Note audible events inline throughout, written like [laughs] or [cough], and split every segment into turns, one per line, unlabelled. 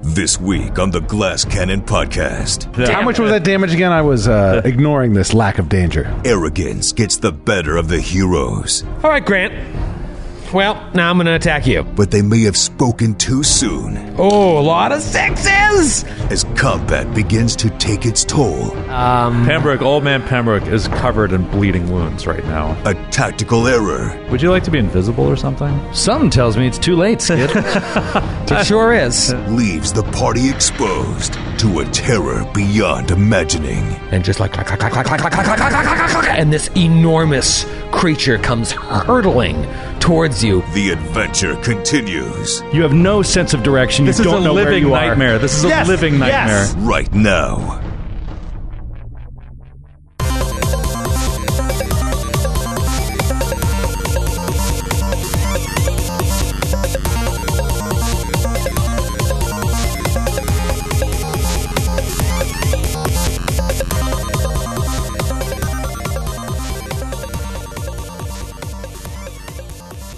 This week on the Glass Cannon Podcast,
How
Damn
much
it.
was that damage again? I was
[laughs]
uh, ignoring this lack of danger.
arrogance gets the better of the heroes,
All right, Grant. Well, now I'm going to attack you.
but they may have spoken too soon
Oh, a lot of sixes.
as combat begins to take its toll.
Pembroke, old man Pembroke, is covered in bleeding wounds right now.
A tactical error
Would you like to be invisible or something?
Something tells me it's too late,
[laughs]
Skid.
It sure is.
leaves the party exposed to a terror beyond imagining.
And just like clack, clack, clack, clack, clack, clack, clack, clack, clack, clack, clack, clack, and this enormous creature comes hurtling towards you.
The adventure continues
you have no sense of direction.
This
you
is a
don't know where
living
you
nightmare.
are.
This is a living nightmare.
right now.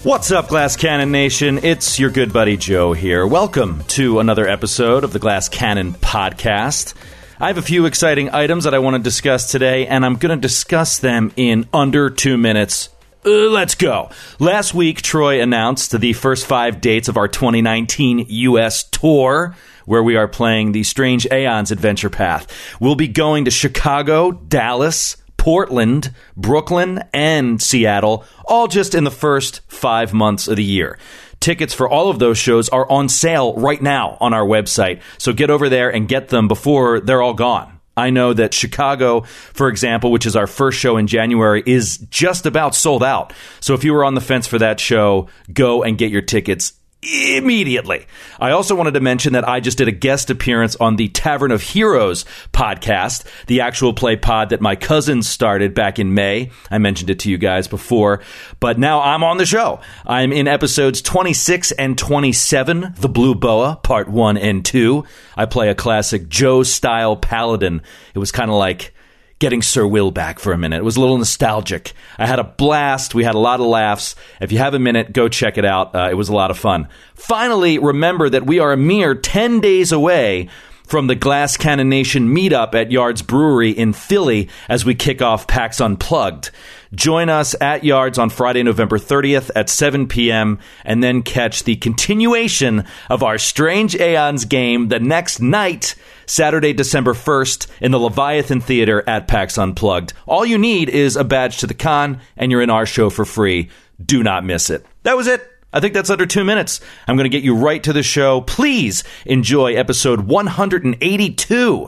What's up, Glass Cannon Nation? It's your good buddy Joe here. Welcome to another episode of the Glass Cannon Podcast. I have a few exciting items that I want to discuss today, and I'm going to discuss them in under two minutes. Uh, let's go. Last week, Troy announced the first five dates of our 2019 U.S. tour where we are playing the Strange Aeons Adventure Path. We'll be going to Chicago, Dallas, Portland, Brooklyn, and Seattle, all just in the first five months of the year. Tickets for all of those shows are on sale right now on our website, so get over there and get them before they're all gone. I know that Chicago, for example, which is our first show in January, is just about sold out. So if you were on the fence for that show, go and get your tickets immediately. I also wanted to mention that I just did a guest appearance on the Tavern of Heroes podcast, the actual play pod that my cousin started back in May. I mentioned it to you guys before, but now I'm on the show. I'm in episodes 26 and 27, The Blue Boa, part 1 and 2. I play a classic Joe style paladin. It was kind of like getting Sir Will back for a minute. It was a little nostalgic. I had a blast. We had a lot of laughs. If you have a minute, go check it out. Uh, it was a lot of fun. Finally, remember that we are a mere 10 days away from the Glass Cannon Nation meetup at Yards Brewery in Philly as we kick off PAX Unplugged. Join us at Yards on Friday, November 30th at 7 p.m., and then catch the continuation of our Strange Aeons game the next night, Saturday, December 1st, in the Leviathan Theater at PAX Unplugged. All you need is a badge to the con, and you're in our show for free. Do not miss it. That was it. I think that's under two minutes. I'm going to get you right to the show. Please enjoy episode 182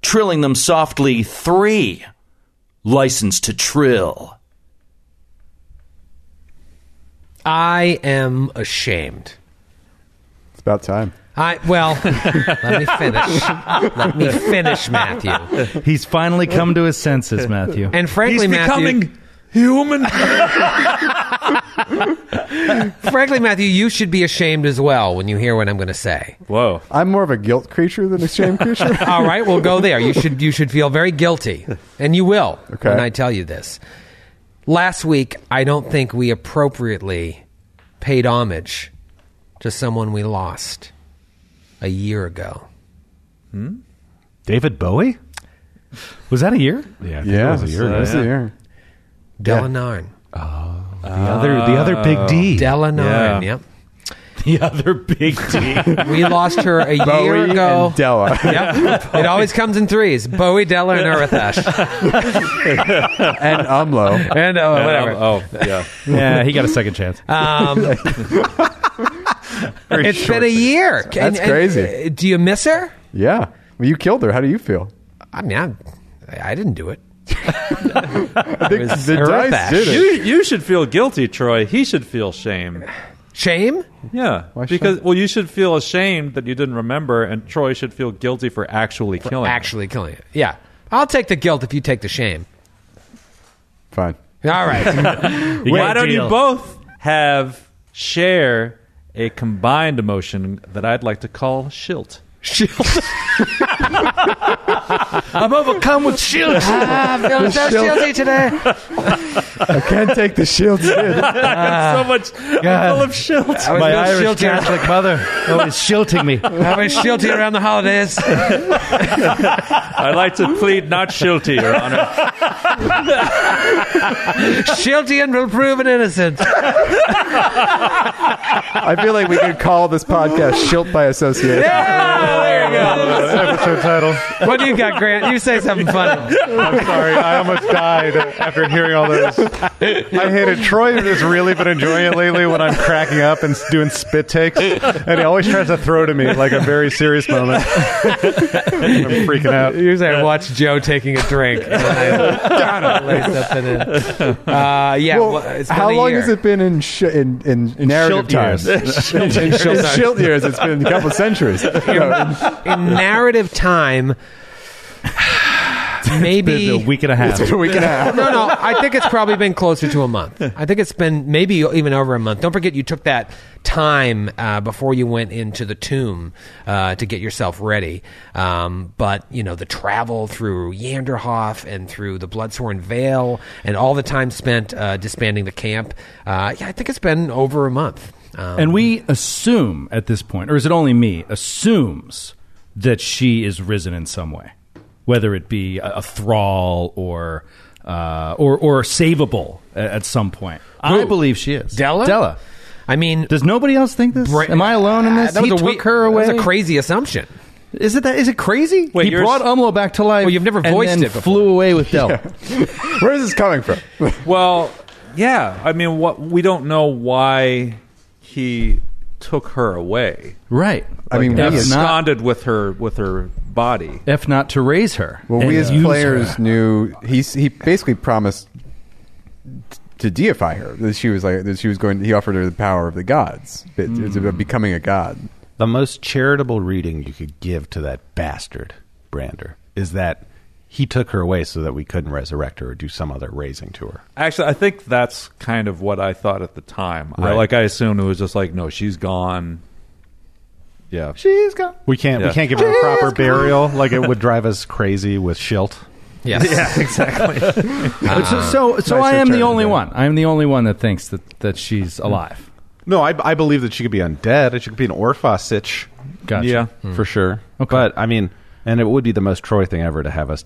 Trilling Them Softly 3 License to Trill.
I am ashamed.
It's about time.
I well, let me finish. Let me finish, Matthew.
He's finally come to his senses, Matthew.
And frankly,
He's
Matthew,
becoming human.
frankly, Matthew, you should be ashamed as well when you hear what I'm going to say.
Whoa.
I'm more of a guilt creature than a shame
[laughs]
creature.
All right, we'll go there. You should you should feel very guilty, and you will
Okay.
when I tell you this. Last week, I don't think we appropriately paid homage to someone we lost a year ago.
David Bowie? Was that a year?
Yeah,
[laughs] yeah,
that was a year ago.
That's a year.
Delanarn,
The other, the other big
Uh,
D.
Delanarn. Yep,
the other big D.
we lost her a year
Bowie
ago.
and Della.
[laughs] Yep. it always comes in threes. Bowie, Della, and Urathash.
[laughs] and Umlo.
And uh, whatever.
Oh, yeah.
yeah, he got a second chance.
It's been a year.
That's crazy.
uh, do you miss her?
Yeah. Well, you killed her. How do you feel?
I mean, I'm- I, I didn't do it.
I think the
her
dice did
You,
it.
you should feel guilty, Troy. He should feel shame.
Shame?
Yeah.
Why
because,
shame?
well, you should feel ashamed that you didn't remember, and Troy should feel guilty for actually killing. him.
Actually killing it. Yeah. I'll take the guilt if you take the shame.
Fine.
All [laughs] right.
Why don't you both have share a combined emotion that I'd like to call shilt?
[laughs] Shield.
I'm overcome with shield.
Ah, I'm feeling so shieldy [laughs] today.
I can't take
[laughs]
the shield.
so much.
God.
I'm [laughs] full of shilts.
I was
My
real
Irish
shilty.
Catholic mother always
[laughs]
shilting me.
I was shilty around the
[laughs]
holidays.
I like to plead not shilty, Your Honor.
shilty and will prove an innocent.
I feel like we could call this podcast "Shilt by Association."
there you go.
Episode title.
What do you got, Grant? You say something funny.
I'm sorry. I almost died after hearing all this. I hate it. Troy has really been enjoying it lately when I'm cracking up and doing spit takes. And he always tries to throw to me like a very serious moment. I'm freaking out.
Usually I watch Joe taking a drink. And [laughs] I lay something in. Uh, yeah,
Well,
well, it's been
how
a
long
year.
has it been in sh- in, in,
shilt
narrative times?
years.
in
shilt
shilt,
times.
shilt years, it's been a couple centuries. No,
[laughs]
In narrative time, maybe.
It's a week and a half.
it's been a week and a half.
no, no. I think it's probably been closer to a month. I think it's been maybe even over a month. Don't forget, you took that time uh, before you went into the tomb uh, to get yourself ready. Um, but you know, the travel through Yanderhof and through the Bloodsworn Vale, and all the time spent uh, disbanding the camp. Uh, yeah, I think it's been over a month. Um,
And we assume at this point, or is it only me, assumes that she is risen in some way, whether it be a, a thrall or, uh, or, or savable a- at some point. I believe she is.
Della,
Della.
I mean.
Does nobody else think this?
Bra-
Am I alone in this?
Uh, that was
he
a
took
we-
her away.
That was a crazy assumption.
Is it that? Is it crazy?
Wait,
he
you're
brought
s-
Umlo back to life.
Well, you've never voiced
and then
it before.
Flew away
[laughs]
with Della.
Where is this coming from?
Well, yeah. I mean, what we don't know why he took her away.
Right.
I mean,
Like,
we
if
as-
not,
Absconded with her with her body.
if not to raise her.
Well,
and
we as
use
players
her.
knew he he basically promised t- to deify her. That she was like that she was going. He offered her the power of the gods. It- It's about becoming a god.
The most charitable reading you could give to that bastard, Brander, is that he took her away so that we couldn't resurrect her or do some other raising to her.
Actually, I think that's kind of what I thought at the time. I,
Right.
like I assumed it was just like, no, she's gone. Yeah,
She's gone.
We can't
Yeah.
we can't give her a proper burial. Like it would drive us crazy with Schilt.
Yes.
so, so, Oh, so I
nicer
am the
turn,
only
yeah.
one. I am the only one that thinks that, that she's alive.
No, I, I believe that she could be undead. She could be an Orpha sitch.
Gotcha.
yeah.
for sure.
Okay.
But I mean, and it would be the most Troy thing ever to have us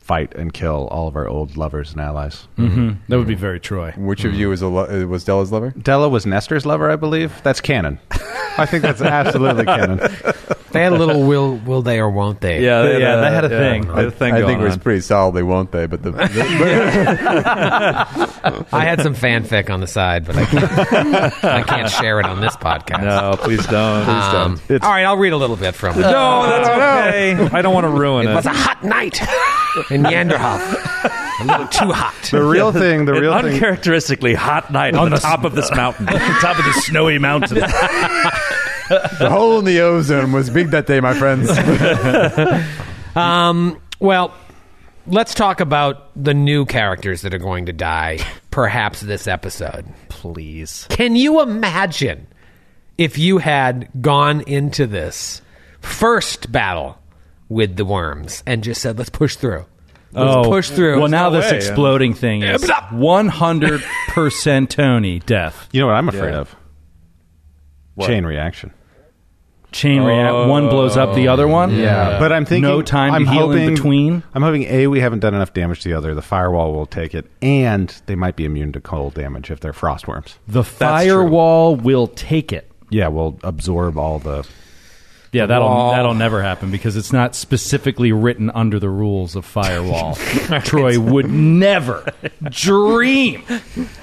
fight and kill all of our old lovers and allies.
That would be very Troy.
Which of you was a lo- uh, was Della's lover?
Della was Nestor's lover, I believe. That's canon. [laughs] I think that's absolutely canon.
They had a little will will they or won't they?
Yeah,
Yeah, they had a thing.
They had a thing
I
going
think it was
on.
pretty solidly, won't they? But the, [laughs]
I had some fanfic on the side, but I can't, I can't share it on this podcast.
no, please don't.
Um, all right, I'll read a little bit from it.
no, that's okay. I don't want to ruin
It
it.
was a hot night in Yanderhof. A little too hot.
[laughs] The real thing, the
An
real thing.
uncharacteristically hot night on the top of this
[laughs]
mountain.
Top of the snowy mountain.
the hole in the ozone was big that day, my [laughs] friends.
Um, well, let's talk about the new characters that are going to die, perhaps this episode.
Please.
Can you imagine if you had gone into this first battle with the worms and just said, let's push through? Let's push through.
Oh. Well, now this
Oh, way.
exploding thing is
Yeah, blah.
100% Tony death.
you know what I'm afraid
Yeah.
of? Chain reaction.
Chain react. One blows up the other one.
Yeah, but I'm thinking
Uh, no time
I'm
to heal
hoping,
in between.
I'm hoping a we haven't done enough damage to the other. The firewall will take it, and they might be immune to cold damage if they're frost worms.
The
That's true.
firewall will take it.
Yeah, we'll absorb all the.
Yeah, that'll
Wall.
that'll never happen because it's not specifically written under the rules of [laughs] firewall. Troy would [laughs] never dream.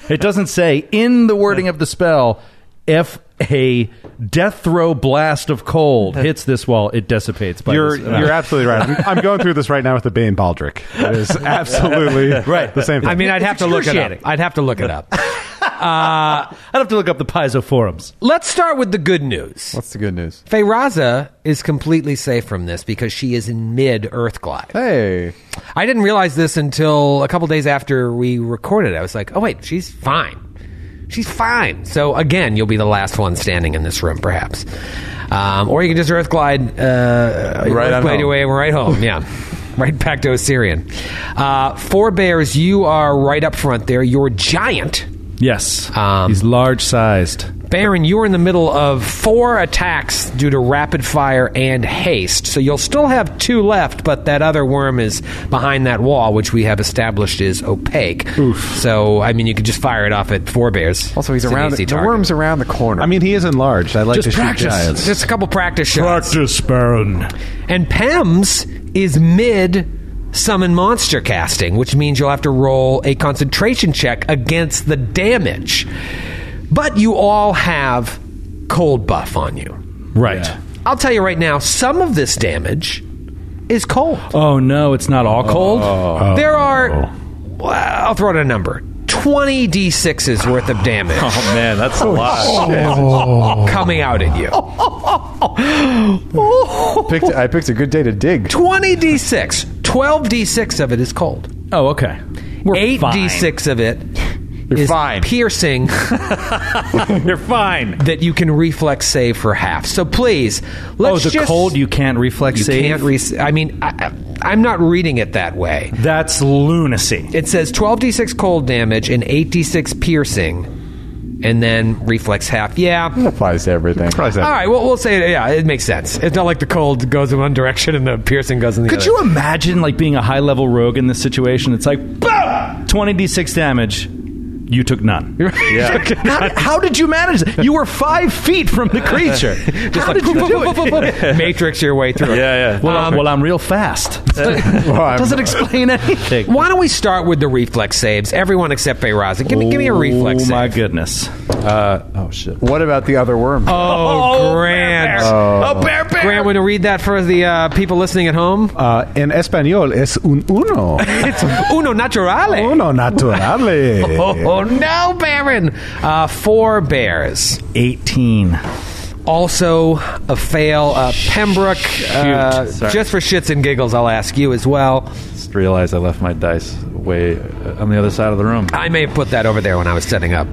It doesn't say in the wording of the spell if a death throw blast of cold hits this wall, it dissipates. By
You're
this amount.
you're absolutely right. I'm, I'm going through this right now with the Bane Baldric. It
[laughs]
is absolutely right. The same thing.
I mean, I'd have to look it up.
Excruciating.
I'd have to look it
[laughs]
up.
I'd have to look up the Paizo forums.
Let's start with the good news.
What's the good news?
Feyraza is completely safe from this because she is in mid Earth glide.
Hey,
I didn't realize this until a couple days after we recorded. I was like, "Oh wait, she's fine. She's fine. So again, you'll be the last one standing in this room, perhaps. Um, or you can just earth glide, uh,
Right on
earth glide
home.
your way right
[laughs]
home. Yeah. Right back to Osirian. Uh, four bears, you are right up front there. You're giant.
Yes.
Um,
He's large sized.
Baron, you're in the middle of four attacks due to rapid fire and haste, so you'll still have two left, but that other worm is behind that wall, which we have established is opaque. So, I mean, you could just fire it off at four bears.
Also, he's
It's an
around
easy
the, the
target.
worm's around the corner.
I mean, he is enlarged. I like
Just
to shoot
practice.
giants.
Just a couple practice shots.
Baron.
And Pems is mid summon monster casting, which means you'll have to roll a concentration check against the damage. But you all have cold buff on you.
Right.
I'll tell you right now, some of this damage is cold.
Oh no, it's not all cold.
There are, well, I'll throw out a number 20 d6s worth of damage
[laughs] Oh man, that's a lot.
coming out at you.
picked, I picked a good day to dig.
20 d6, 12 d6 of it is cold.
Oh, okay. We're
8
fine.
d6 [laughs] of it is
fine.
[laughs] piercing
You're fine.
that you can reflex save for half. So please,
Oh,
let's
the
just-
cold you can't reflex
you
save.
can't re- I mean, I, I, I'm not reading it that way.
That's lunacy.
It says 12d6 cold damage and 8d6 piercing, and then reflex half. Yeah.
It applies to everything.
All right, well, we'll say, yeah, it makes sense. It's not like the cold goes in one direction and the piercing goes in the
Could
other.
you imagine like being a high level rogue in this situation? It's like twenty d six damage. You took none.
[laughs]
[laughs] how, how did you manage that? You were five feet from the creature.
Just
how
like
did you do it?
matrix your way through. it.
Yeah, yeah.
Well, I'm, well, I'm real fast. Doesn't explain anything.
Why don't we start with the reflex saves? Everyone except Bayraza. Give me, give me a reflex
Oh
save. [laughs]
my goodness. Uh, oh shit.
What about the other worm?
Oh, Grant.
Oh, bear, bear.
Grant, want to read that for the uh, people listening at home?
Uh, en español es un
[laughs]
uno.
[laughs] it's uno naturale.
uno naturale.
Oh, no, Baron! Uh, four bears.
18.
Also, a fail. Uh, Pembroke, uh,
Sorry.
just for shits and giggles, I'll ask you as well.
Just realized I left my dice way uh, on the other side of the room.
I may have put that over there when I was setting up.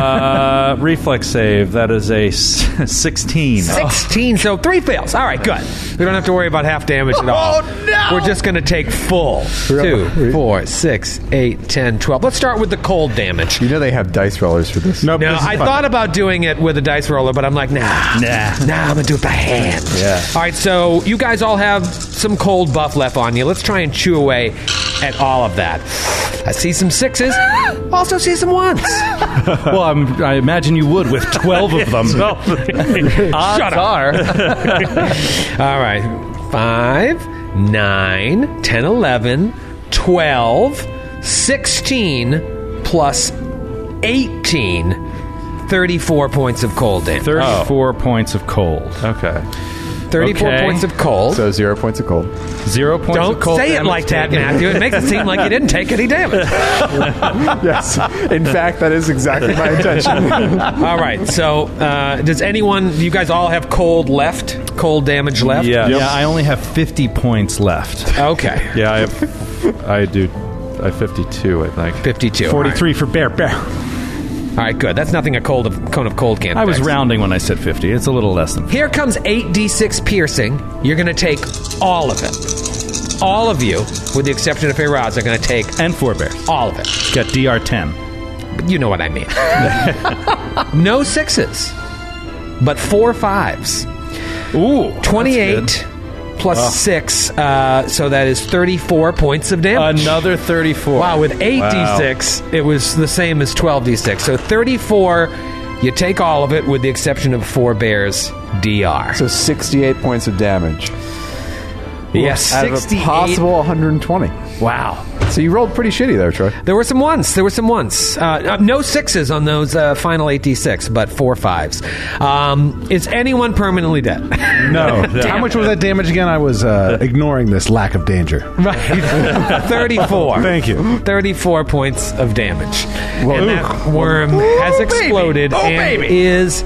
Uh, reflex save. That is a s- [laughs] 16.
Oh. 16, so three fails. All right, good. We don't have to worry about half damage at all. Oh, no! We're just going to take full. Two, four, six, eight, 10, 12. Let's start with the cold damage.
you know they have dice rollers for this.
Nope,
No,
this is
I
fun.
thought about doing it with a dice roller, but I'm like, nah, nah, nah. I'm gonna do it by hand. Yeah. All right, so you guys all have some cold buff left on you. Let's try and chew away at all of that. I see some [gasps] sixes. Also see some ones.
Well, I'm, I imagine you would with 12
[laughs]
of them.
Shut up. [laughs] all right, five, nine, ten, eleven, twelve, sixteen, plus eighteen. 34 points of cold damage. Oh.
34 points of cold.
Okay.
34
okay.
points of cold.
So zero points of [laughs] cold.
Zero points
Don't
of cold.
say it
damage
like that,
taken.
Matthew. It makes it seem like you didn't take any
[laughs]
damage.
Yes. In fact, that is exactly my intention.
All right. So, uh, does anyone? Do you guys all have cold left? Cold damage left?
Yeah.
Yeah, I only have 50
[laughs]
points left.
Okay.
Yeah, I have, I
[laughs]
do. I have 52, I think.
Fifty-two.
for Bear Bear.
All right. All right, Good. That's nothing a cold of, cone of cold can.
I was
fix.
rounding when I said 50. It's a little less than.
Here comes eight d6 piercing. You're going to take all of it. All of you, with the exception of Faraz, are going to take
And four bears.
all of it.
Got DR 10.
But you know what I
[laughs]
mean. no sixes, but four fives.
Ooh. Oh.
28 plus 6, uh, so that is 34 points of damage.
Another 34.
wow, with 8d6, it was the same as 12d6. So 34, you take all of it with the exception of 4 bears DR.
so 68 points of damage.
yes,
Out of a
68.
possible 120.
Wow.
So you rolled pretty shitty there, Troy.
There were some ones. There were some ones. Uh, Uh, no sixes on those uh, final 8d6, but four fives. Um, is anyone permanently dead? [laughs]
[laughs]
No. How much was that damage again? I was uh, ignoring this lack of danger.
Right. 34.
Thank you.
34 points of damage. and that worm has exploded and is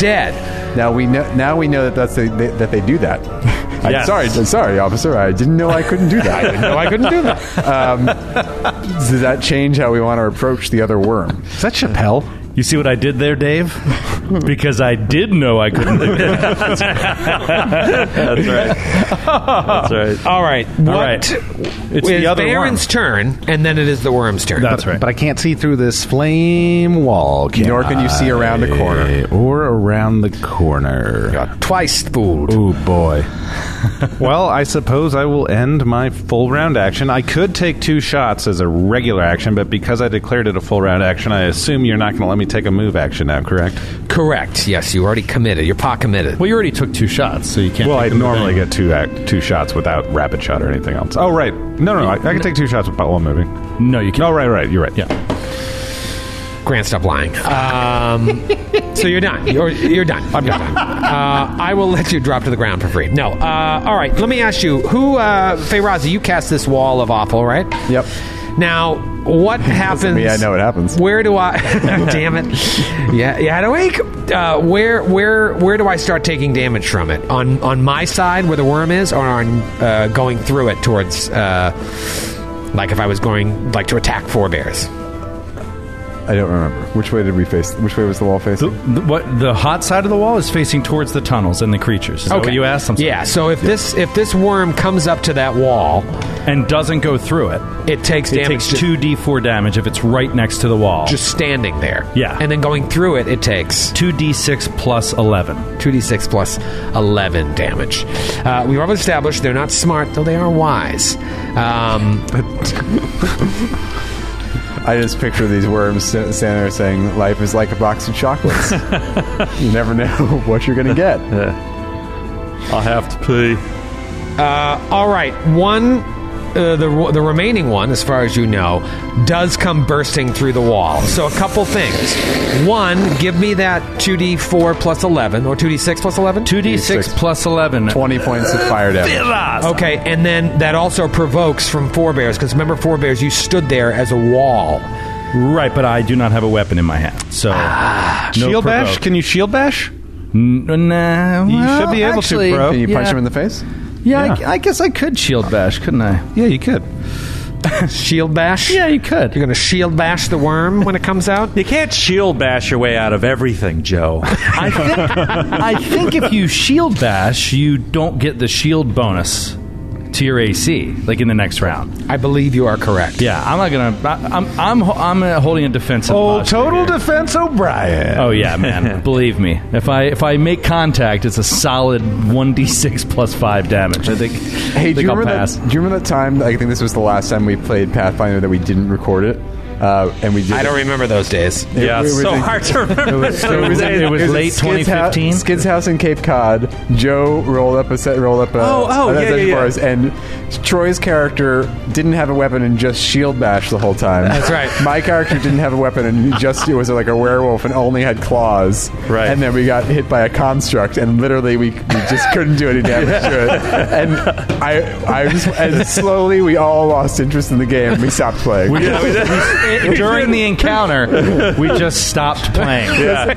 dead.
Now we know. Now we know that that's the, they, that they do that. [laughs] I'm
Yes.
sorry, I'm sorry, officer. I didn't know I couldn't do that. [laughs] I didn't know I couldn't do that. Um, does that change how we want to approach the other worm?
Is that Chappelle?
You see what I did there, Dave? because I did know I couldn't do it.
That's right. That's right.
All right. What?
[laughs] All right.
It's
the other
Baron's turn, and then it is the worm's turn.
That's right.
But I can't see through this flame wall. Can
Nor can you see around the
I?
corner.
Or around the corner.
Got Oh, twice fooled.
Oh boy. [laughs] well, I suppose I will end my full round action. I could take two shots as a regular action, but because I declared it a full round action, I assume you're not going to let me take a move action now, correct?
Correct. Yes, you already committed. You're pot committed.
Well, you already took two shots, so you can't.
Well,
take
I
them
normally
back.
get two act, two shots without rapid shot or anything else. Oh, right. No, no, no. I, I can take two shots without one moving.
No, you can't.
Oh, right, right. You're right.
Yeah.
Grant, stop lying.
[laughs]
Um, so you're done. You're, you're done. I'm done. Uh, I will let you drop to the ground for free. No. Uh, all right. Let me ask you. Who, uh, Feyrazi, you cast this wall of awful, right?
Yep.
Now,
[laughs]
what happens?
me, I know what happens.
Where do I? [laughs] damn it! Yeah, yeah, to wake. Uh, where, where, where do I start taking damage from it? On on my side, where the worm is, or on uh, going through it towards, uh, like if I was going like to attack forebears.
I don't remember. Which way did we face? Which way was the wall
The,
facing?
the- what the hot side of the wall is facing towards the tunnels and the creatures. Is that what you asked them?
Yeah. So if this if this worm comes up to that wall,
And doesn't go through it.
it takes
It
damage.
takes
to-
two d4 damage if it's right next to the wall.
just standing there.
Yeah.
And then going through it, it takes
two d6 plus eleven.
2d6 plus 11 damage. Uh, we've already established they're not smart, though they are wise. Um,
I just picture these worms sta- standing there saying, "Life is like a box of [laughs] chocolates. you never know [laughs] what you're gonna get."
I'll have to pee.
all right, one, uh, the, the remaining one, as far as you know, does come bursting through the wall. So a couple things. One, give me that 2d4 plus 11, or 2d6 plus 11?
Two d6 plus eleven.
Twenty points of fire damage.
Okay, and then that also provokes from forebears, because remember, forebears, you stood there as a wall.
Right, but I do not have a weapon in my hand, so no
shield bash?
provoke.
Can you shield bash?
N- nah,
You
well,
should be able
actually,
to, bro.
Can you punch
Yeah.
him in the face?
Yeah,
Yeah.
I, I guess I could shield bash, couldn't I?
Yeah, you could.
Shield bash?
Yeah, you could.
You're going to shield bash the worm when it comes out?
You can't shield bash your way out of everything, Joe.
[laughs] I think, I think if you shield bash, you don't get the shield bonus to your AC, like in the next round.
I believe you are correct.
Yeah, I'm not gonna. I, I'm I'm ho- I'm uh, holding a defensive.
Oh,
posture
total
here.
defense, O'Brien.
Oh yeah, [laughs] man. Believe me, if I if I make contact, it's a solid one d six plus five damage. I think.
Hey,
I
do
think
you,
I'll
remember that,
pass.
do you remember that time? I think this was the last time we played Pathfinder that we didn't record it, uh, and we did.
I don't remember those days.
yeah,
we were
so
thinking-
hard to
[laughs]
remember.
It was, it was
at
late
Skid's hou-
2015.
Skid's house in Cape Cod. Joe rolled up a set, rolled up a.
Oh, oh,
an
yeah,
adventure
yeah, yeah.
for us, And Troy's character didn't have a weapon and just shield bash the whole time. That's
right.
[laughs] My character didn't have a weapon and he just was like a werewolf and only had claws.
Right.
And then we got hit by a construct and literally we, we just couldn't do any damage to it. And I, I was, and slowly we all lost interest in the game. and We stopped playing.
[laughs] During the [laughs] encounter, we just stopped [laughs] playing.
I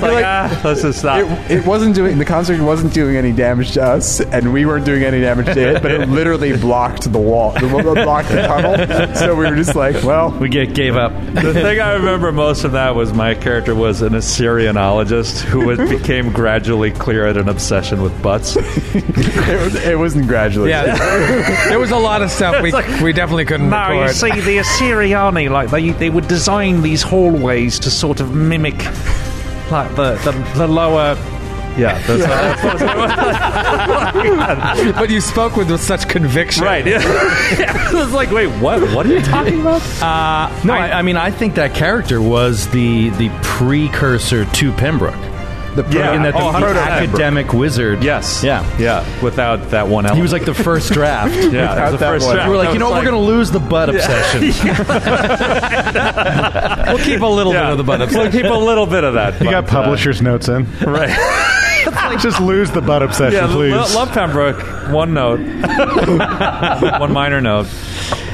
feel like-
let's just stop.
It, it wasn't doing the construct wasn't doing any damage to us, and we weren't doing any damage to it. But it literally blocked the wall, the, blocked the tunnel. So we were just like, well,
We get gave up.
the thing I remember most of that was my character was an Assyrianologist who was, became gradually clear at an obsession with butts.
[laughs] it, was, it wasn't gradually.
Yeah, [laughs] there was a lot of stuff we, we definitely couldn't
No, Ah, you
record.
see, the Assyriani, like they they would design these hallways to sort of mimic, like the the, the lower.
Yeah, that's
but you spoke with, with such conviction.
right. Yeah. it was like, wait, what? What are you talking about?
No, I, I mean I think that character was the the precursor to Pembroke.
the
Yeah.
In that the
Oh,
the
proto-
academic wizard.
Yes.
Yeah.
Yeah. Without that one element.
He was like the first [laughs] draft. yeah.
yeah, it was the
that
first
one.
draft.
We were
I
like, you
was
know, what? we're going to lose the butt
[laughs]
obsession.
We'll keep a little bit of the butt
[laughs] We'll
upset.
keep a little bit of that.
You got publisher's notes in.
right.
[laughs] Just lose the butt obsession,
Yeah,
please.
lo- love Pembroke. One note, one minor note. [laughs]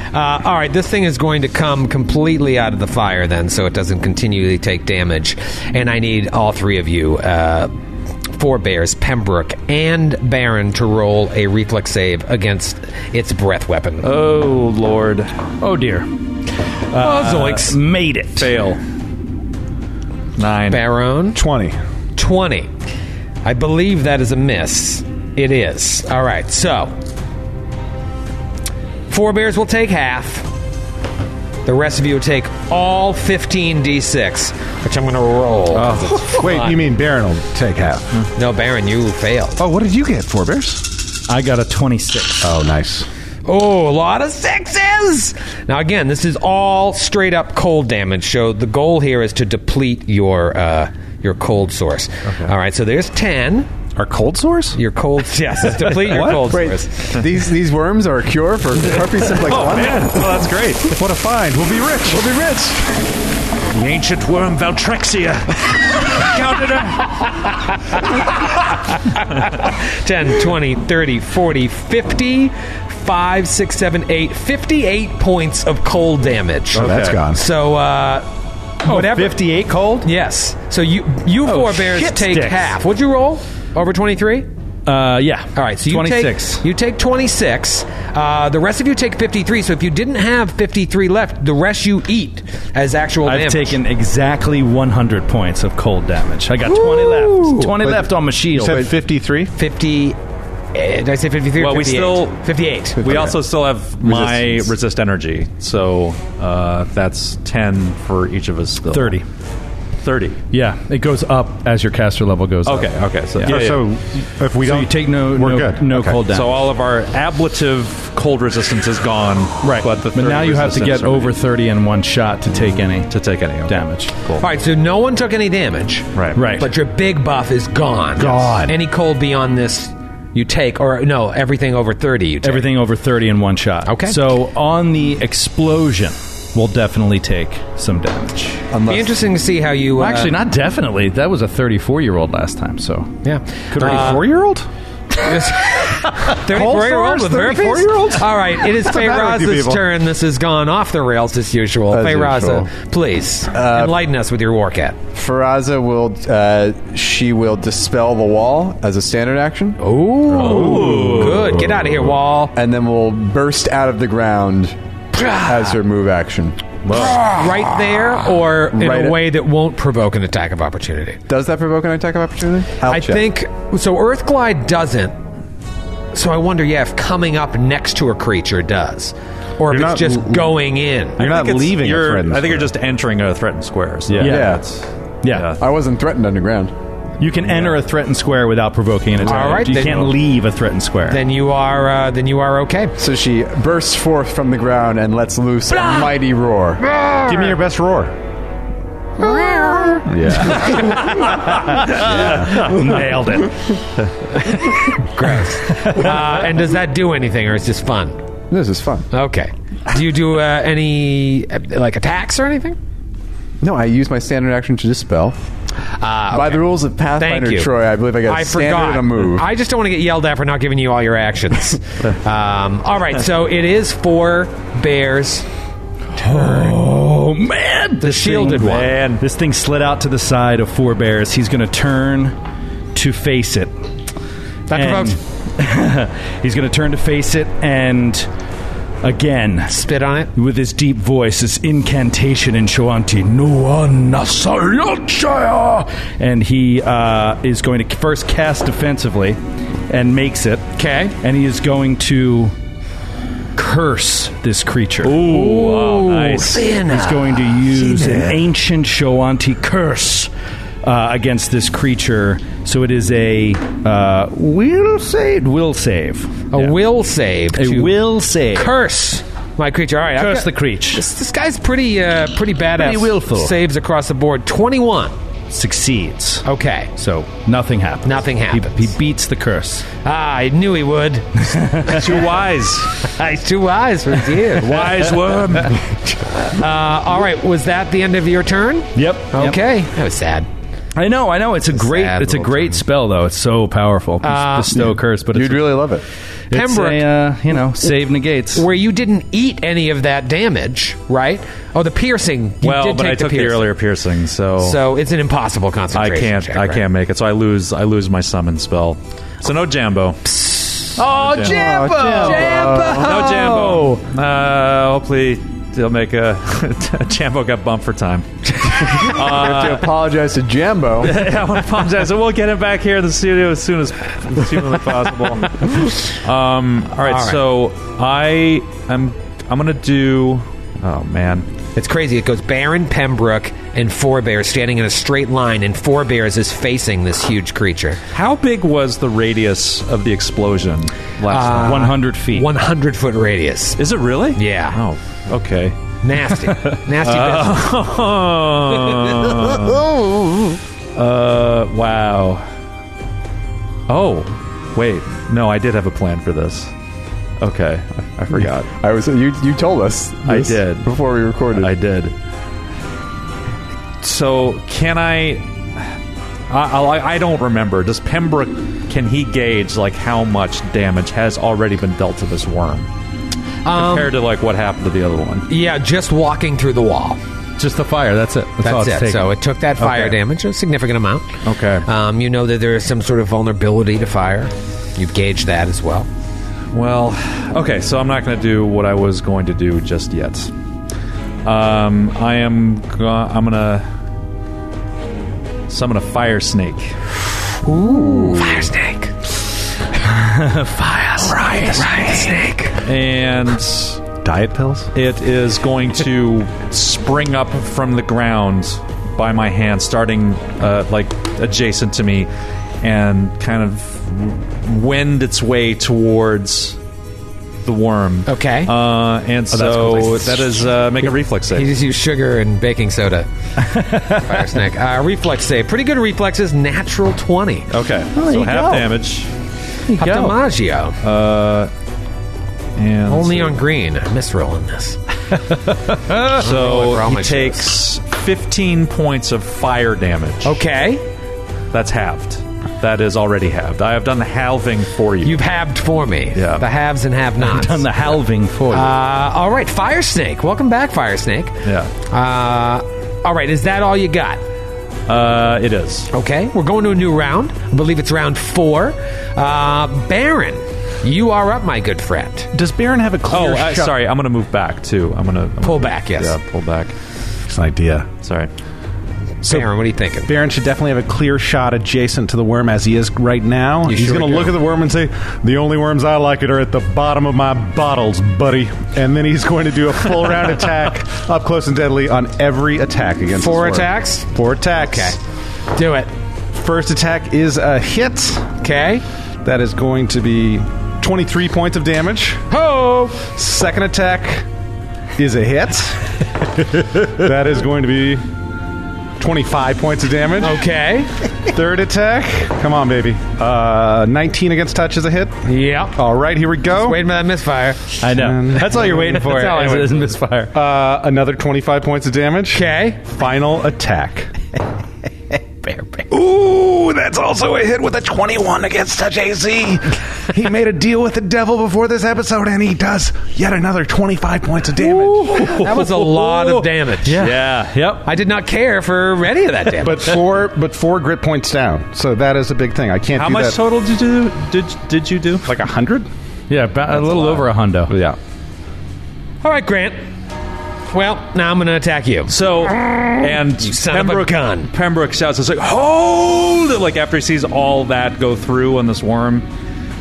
Uh, all right, this thing is going to come completely out of the fire then, so it doesn't continually take damage. And I need all three of you, uh, Forebears, Pembroke, and Baron, to roll a reflex save against its breath weapon.
Oh Lord,
oh, dear.
oh, zoinks.
Made it.
fail. Nine.
Barone.
20.
20. I believe that is a miss. It is. All right, so. Four bears will take half. The rest of you will take all 15 d6, which I'm going to roll.
Oh.
Wait, you mean Baron will take half?
[laughs] No, Baron, you failed.
Oh, what did you get, Four Bears?
I got a 26.
Oh, nice.
Oh, a lot of sixes! Now, again, this is all straight up cold damage, so the goal here is to deplete your. Uh, your cold source. All right, so there's 10.
Our cold source?
Your cold, [laughs] yes, it's deplete your cold
Wait,
source.
[laughs] these these worms are a cure for herpes simplex one.
Well, that's great.
What a find. We'll be rich. We'll be rich.
The ancient worm
[laughs]
Valtrexia. Counted him.
10, 20, 30, 40, 50, 5, 6, 7, 8, 58 points of cold damage.
Oh, that's gone.
So, uh,
Oh,
whatever.
58 cold?
Yes. So you you four bears
Oh, shit
take
sticks.
half. Would you roll over 23?
Uh, yeah.
All right, so you
26.
take you take 26. Uh, the rest of you take 53. So if you didn't have 53 left, the rest you eat as actual
I've
damage.
taken exactly 100 points of cold damage. I got 20 left. 20 left on my shield.
Said 53?
50 eh, Did I say 53 or
Well, we
58?
still-
58.
We also still have my resist energy, so uh, that's ten for each of us. Still
30.
Thirty.
Yeah, it goes up as your caster level goes up.
Okay. Okay. So yeah,
Oh,
yeah.
So if we
So
don't
you take no
we're
no,
good.
no
Okay.
cold damage.
So all of our ablative cold resistance is gone.
right.
But, the
now
30
you have to
resistance
get over 30 in one shot to take any
to take any
damage.
Cool.
All right, so no one took any damage.
Right.
Right.
But your big buff is gone.
Gone.
Any cold beyond this, you take, or no, everything over 30, you take.
Everything over 30 in one shot.
Okay.
So on the explosion, we'll definitely take some damage.
Be interesting to see how you. Uh,
Well, actually, not definitely. That was a 34 year old last time, so.
Yeah.
Could
Uh,
34 year old?
[laughs] 34 year old with herpes?
34 year olds?
All right, it is
matter with you
Feyraza's
people?
turn. This has gone off the rails as usual.
As
Feyraza, please enlighten us with your war cat.
Faraza will uh, she will dispel the wall as a standard action,
Oh. Ooh. Good. Get out of here, wall.
and then will burst out of the ground as her move action.
Right there, or in
Right
a
at-
way that won't provoke an attack of opportunity.
Does that provoke an attack of opportunity? I'll
I
check.
think so. Earth glide doesn't. So I wonder, yeah, if coming up next to a creature does, or if
You're
it's
not
just
l-
going in.
You're
I
not
think it's-
leaving a
You're, I
threatened
think you're
square.
just entering a threatened square. So
Yeah.
Yeah.
that's-
Yeah.
I wasn't threatened underground.
You can enter a threatened square without provoking an attack.
All right,
you
then-
can't leave a threatened square.
Then you are. Uh, then you are okay.
So she bursts forth from the ground and lets loose a mighty roar.
Give me your best roar. Yeah.
Nailed it.
[laughs] Uh, and does that do anything, or is just fun?
This is fun.
Okay. Do you do uh, any uh, like attacks or anything?
No, I use my standard action to dispel.
Uh,
By
okay.
the rules of Pathfinder
you.
Troy, I believe I got a
I
standard
forgot.
and a move.
I just don't want to get yelled at for not giving you all your actions. um, all right, so it is four bears.
Oh man, the
shielded one.
Man. This thing slid out to the side of four bears. He's going to turn to face it.
That
And-
provokes
[laughs] he's going to turn to face it, and again,
spit on it.
with his deep voice, this incantation in Shoanti, Nuan Nasayachaya! And he uh, is going to first cast defensively and makes it.
Okay.
And he is going to curse this creature. Ooh, nice. He's going to use an ancient Shoanti curse. Uh, against this creature, so it is a uh, will save. Will save.
A will save.
A
to
will save.
curse my creature. All right, I've
curse
got-
the creature.
This, this guy's pretty, uh, pretty badass.
Pretty willful.
Saves across the board. Twenty-one.
Succeeds.
Okay.
So nothing happens.
Nothing
He-
happens.
He, beats the curse.
Ah, I knew he
[laughs]
would.
too wise.
He's too eyes for his
[laughs]
ears.
wise worm.
Uh, all right, was that the end of your turn?
Yep.
Okay, that was sad.
I know. I know. It's a great.
sad
It's a
little
great
turn.
spell, though. It's so powerful.
Uh,
the stow curse, but
You'd
it's,
really love it.
it's
Pembroke.
a uh, you know save negates.
Where you didn't eat any of that damage, right? Oh, the piercing. You
well,
did
but
take
I
the
took the
piercing.
earlier piercing, so,
So it's an impossible
I
concentration.
can't.
check,
I
right?
can't make it. So I lose. I lose my summon spell. So no
Oh,
Jambo.
Jambo! Jambo!
No [laughs] Jambo. Uh, hopefully, they'll make a Jambo got bumped for time.
I have to apologize to Jambo.
[laughs]
I want to apologize. So we'll get him back here in the studio as soon as, as soon as possible. [laughs] Um, all, right, So I am. I'm gonna do. Oh man.
It's crazy. It goes Baron Pembroke and Four Bears standing in a straight line, and Four Bears is facing this huge creature.
How big was the radius of the explosion last night?
100 feet.
100 foot radius.
Is it really?
Yeah.
Oh, okay.
Nasty. [laughs] Nasty. business. [laughs]
[laughs] uh, wow. Oh, wait. No, I did have a plan for this. Okay, I, I forgot.
I was you. You told us.
I
this
did.
before we recorded.
I did. So can I? I, I, I don't remember. Does Pembroke can he gauge like how much damage has already been dealt to this worm compared to like what happened to the other one?
yeah, just walking through the wall.
Just the fire. That's it. That's, all
That's
it's
it.
taking.
So it took that fire
Okay.
damage, a significant amount.
Okay.
Um, you know that there is some sort of vulnerability to fire. You've gauged that as well.
Well, okay, so I'm not going to do what I was going to do just yet. Um, I am. Go- I'm gonna summon a fire snake.
Fire snake. [laughs] fire snake. Riot, [laughs] snake.
And
Diet pills?
It is
[laughs]
going to spring up from the ground by my hand, starting uh, like adjacent to me, and kind of wend its way towards the worm.
Okay.
Uh, and
Oh,
so that is uh, make a reflex
You
save.
just use sugar and baking soda. Fire snake. [laughs] Uh, reflex save. Pretty good reflexes. Natural 20.
Okay,
Oh,
so half damage,
Up to Maggio.
and
Only on green. I miss rolling this. for all
so
my
he takes 15 points of fire damage.
Okay.
That's halved. That is already halved. I have done the halving for you.
You've halved for me.
Yeah.
The haves and have nots.
Done the halving for you.
Uh, all right, Fire Snake. Welcome back, Fire Snake.
yeah.
Uh, all right, is that all you got?
Uh, it is.
Okay, we're going to a new round. I believe it's round four. Uh, Baron, you are up, my good friend.
Does Baron have a
Oh,
clear
uh,
shot?
sorry. I'm going to move back too. I'm going to
Pull back, yes.
Yeah, pull back.
It's an idea.
Sorry.
Baron, what are you thinking?
Baron should definitely have a clear shot adjacent to the worm as he is right now. He's
sure
going
do.
to look at the worm and say, The only worms I like it are at the bottom of my bottles, buddy. And then he's going to do a full
[laughs]
round attack, up close and deadly, on every attack against
Four
this worm.
attacks?
Four attacks.
Okay. Do it.
First attack is a hit.
Okay.
That is going to be 23 points of damage.
Ho!
Oh. Second attack is a
[laughs]
hit. that is going to be 25 points of damage.
Okay.
Third attack. Come on, baby. Uh, 19 against touch is a hit.
Yep.
All right, here we go.
Waiting for that misfire.
I know. That's all you're waiting for.
That's all I
is
wait-
is misfire.
Uh, another 25 points of damage.
Okay.
Final
[laughs]
attack.
Bear, bear.
Ooh, that's also a hit with a 21 against touch AC. he made a deal with the devil before this episode, and he does yet another 25 points of damage.
That was a lot of damage. Yeah.
yeah. Yep.
I did not care for any of that
[laughs]
damage.
But four, but four grit points down. So that is a big thing. I can't
How
do
much
that.
total did you do? Did did you do?
like a hundred?
Yeah. About a little over a hundo.
Yeah.
all right, Grant. Well, now I'm going to attack you.
So,
[laughs]
and
son of a
Pembroke,
gun.
Pembroke shouts, "It's like hold!" Like after he sees all that go through on this worm,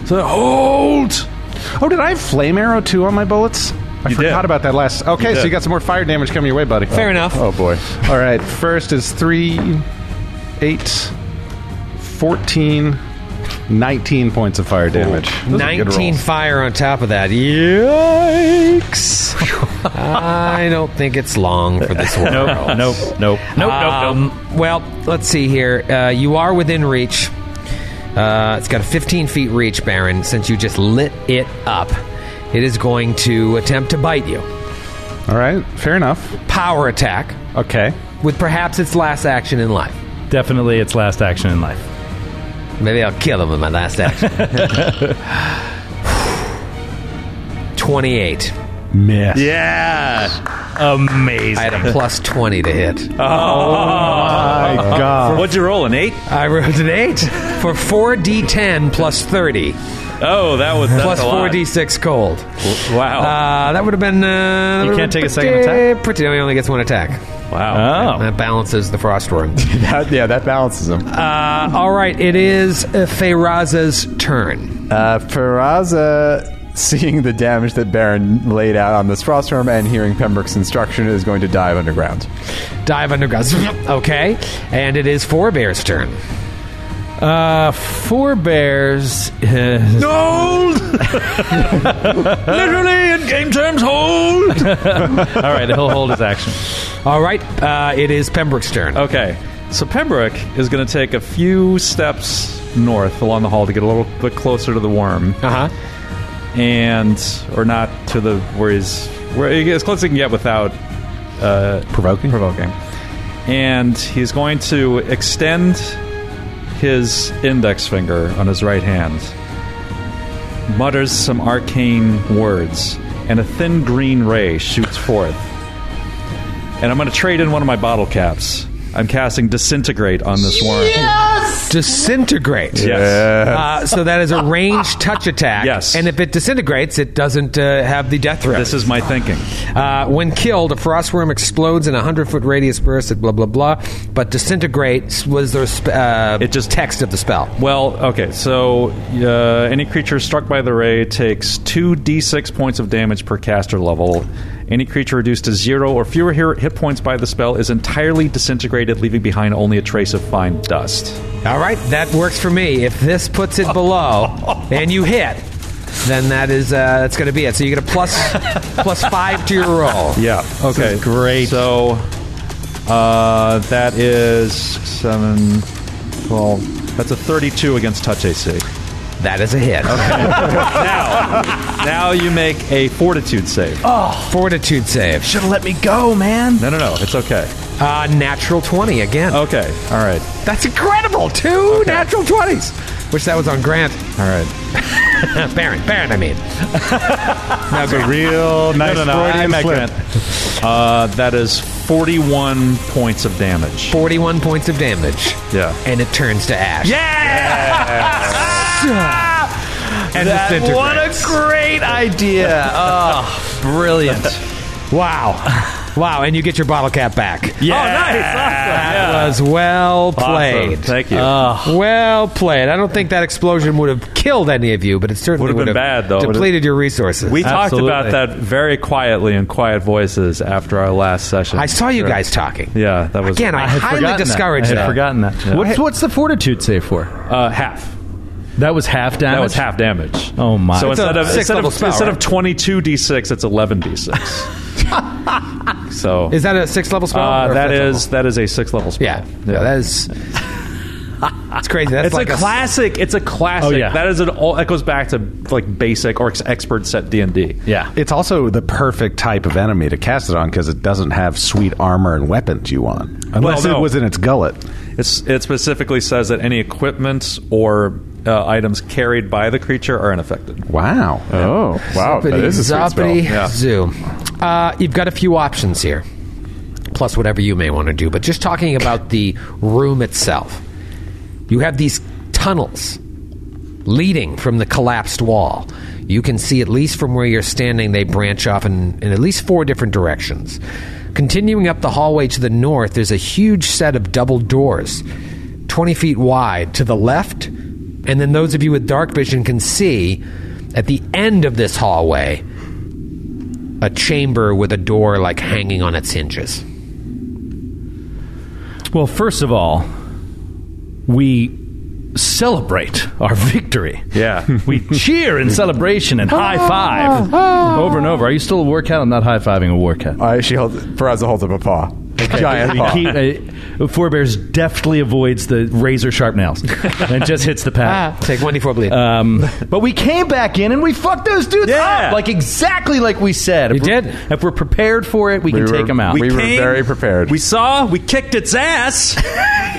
so
[laughs]
hold.
Oh, did I have flame arrow too on my bullets? I
You did.
forgot about that last. Okay, so
did.
you got some more fire damage coming your way, buddy.
Fair enough.
Oh boy. All right. First is 3 8 14 19 points of fire damage. Those are good
19
rolls.
fire on top of
[laughs]
that. Yikes. I don't think it's long for this world.
Oh, Nope. Nope. Nope. Nope. Nope. Nope.
Um, Well, let's see here. Uh, you are within reach. Uh, it's got a 15 feet reach, Baron, since you just lit it up. It is going to attempt to bite you.
All right. Fair enough.
Power attack
Okay.
with perhaps its last action in life.
Definitely its last action in life.
Maybe I'll kill him with my last
[laughs]
action. 28.
Miss.
Yeah. Amazing.
I had a plus 20 to hit.
My god.
What'd you roll? An eight?
I rolled an eight for four d10 plus thirty
Oh, that was that's
plus
a lot.
four d6 cold.
Wow.
Uh, that would have been. Uh,
You can't take a second attack?
Pretty, no, he only gets one attack.
Wow.
That balances the frost
[laughs]
worm.
That- yeah, that balances them.
Uh, all right, it is uh, Feyraza's turn.
Uh, Faraza, seeing the damage that Baron laid out on this frostworm and hearing Pembroke's instruction, is going to dive underground.
Dive underground. okay, and it is Four Bear's turn.
Uh, four bears. Is,
Hold! Literally, in game terms,
[laughs]
hold!
All right, he'll hold his action.
[laughs] All right, uh, it is Pembroke's turn.
Okay, so Pembroke is going to take a few steps north along the hall to get a little bit closer to the worm,
Uh huh.
and or not to the where he's where as close as he can get without uh, provoking. Provoking, and he's going to extend his index finger on his right hand, mutters some arcane words, and a thin green ray shoots forth. And I'm going to trade in one of my bottle caps. I'm casting disintegrate on this worm.
Disintegrate.
Yes.
Uh, so that is a ranged touch attack.
Yes.
And if it disintegrates, it doesn't uh, have the death threat.
This is my thinking.
Uh, when killed, a frostworm explodes in a 100 foot radius burst at blah, blah, blah. But disintegrate was the sp- uh,
It just-
text of the spell.
Well, okay, so uh, any creature struck by the ray takes 2d6 points of damage per caster level. Any creature reduced to zero or fewer hit hit points by the spell is entirely disintegrated, leaving behind only a trace of fine dust.
All right, that works for me. If this puts it
[laughs]
below and you hit, then that is uh, that's going to be it. So you get a plus plus five to your roll.
Yeah, okay. great. So uh, that is 7, 12. That's a 32 against touch AC.
That is a hit.
Now, now you make a fortitude save.
Fortitude save.
Should have let me go, man. No, no, no. It's okay.
Uh, natural twenty again.
Okay. All right.
That's incredible. Two natural twenties. Wish that was on Grant.
All right.
Baron. Baron. I mean.
That's a real nice
[laughs] no, no,
Freudian
I
slip.
meant Uh, that is 41 points of damage.
41 points of damage.
Yeah.
And it turns to ash. [laughs] And
That-
disintegrates.
what a great idea. Oh, brilliant.
[laughs] Wow. Wow. And you get your bottle cap back.
Yeah.
Oh,
nice.
That was well played.
Thank you.
Uh,
Well played. I don't think that explosion would have killed any of you, but it certainly would
Would have been
have
bad, though.
depleted your resources.
we talked
Absolutely.
about that very quietly in quiet voices after our last session.
I saw you guys talking.
Yeah, that was
Again, I, highly discourage
that. I
that.
had forgotten that. What's, what's the fortitude save for?
uh, half.
That was half damage.
That was half damage.
Oh my!
So instead of
sixth
instead
level
of,
spell,
instead of
right?
22 d6, it's 11
[laughs]
d6. so
Is that a six level spell?
uh,
or a
that
fifth
is that is a six level spell.
level? Yeah. yeah. That is. [laughs] It's crazy. That's
It's
like
a
s-
classic. It's a classic.
Oh, yeah.
That is an. All, that goes back to like basic or ex- expert set D and D.
yeah.
It's also the perfect type of enemy to cast it on because it doesn't have sweet armor and weapons you want. Unless
no.
it was in its gullet.
It's, it specifically says that any equipment or uh, items carried by the creature are unaffected.
Wow.
Oh, wow. That is a sweet spell.
Zoppity zoo. Uh, you've got a few options here, plus whatever you may want to do. But just talking about the room itself, you have these tunnels leading from the collapsed wall. You can see, at least from where you're standing, they branch off in, in at least four different directions. Continuing up the hallway to the north, there's a huge set of double doors, 20 feet wide, to the left. And then those of you with dark vision can see at the end of this hallway a chamber with a door like hanging on its hinges.
Well, first of all, we celebrate our victory.
Yeah.
[laughs] We cheer in celebration and
[laughs]
high five over and over. Are you still a war cat? I'm not high fiving a war cat.
Uh, she holds, Faraza holds up a paw. Giant
We
paw.
keep- uh, Four Bears deftly avoids the razor sharp [laughs] nails and just hits the pad.
Take 1d4 bleed.
Um, but we came back in and we fucked those dudes
Yeah.
up, like exactly like we said. We
did.
If we're prepared for it, we, can
were-
take them out.
we were very prepared.
We saw. We kicked
[laughs]
its ass.
[laughs]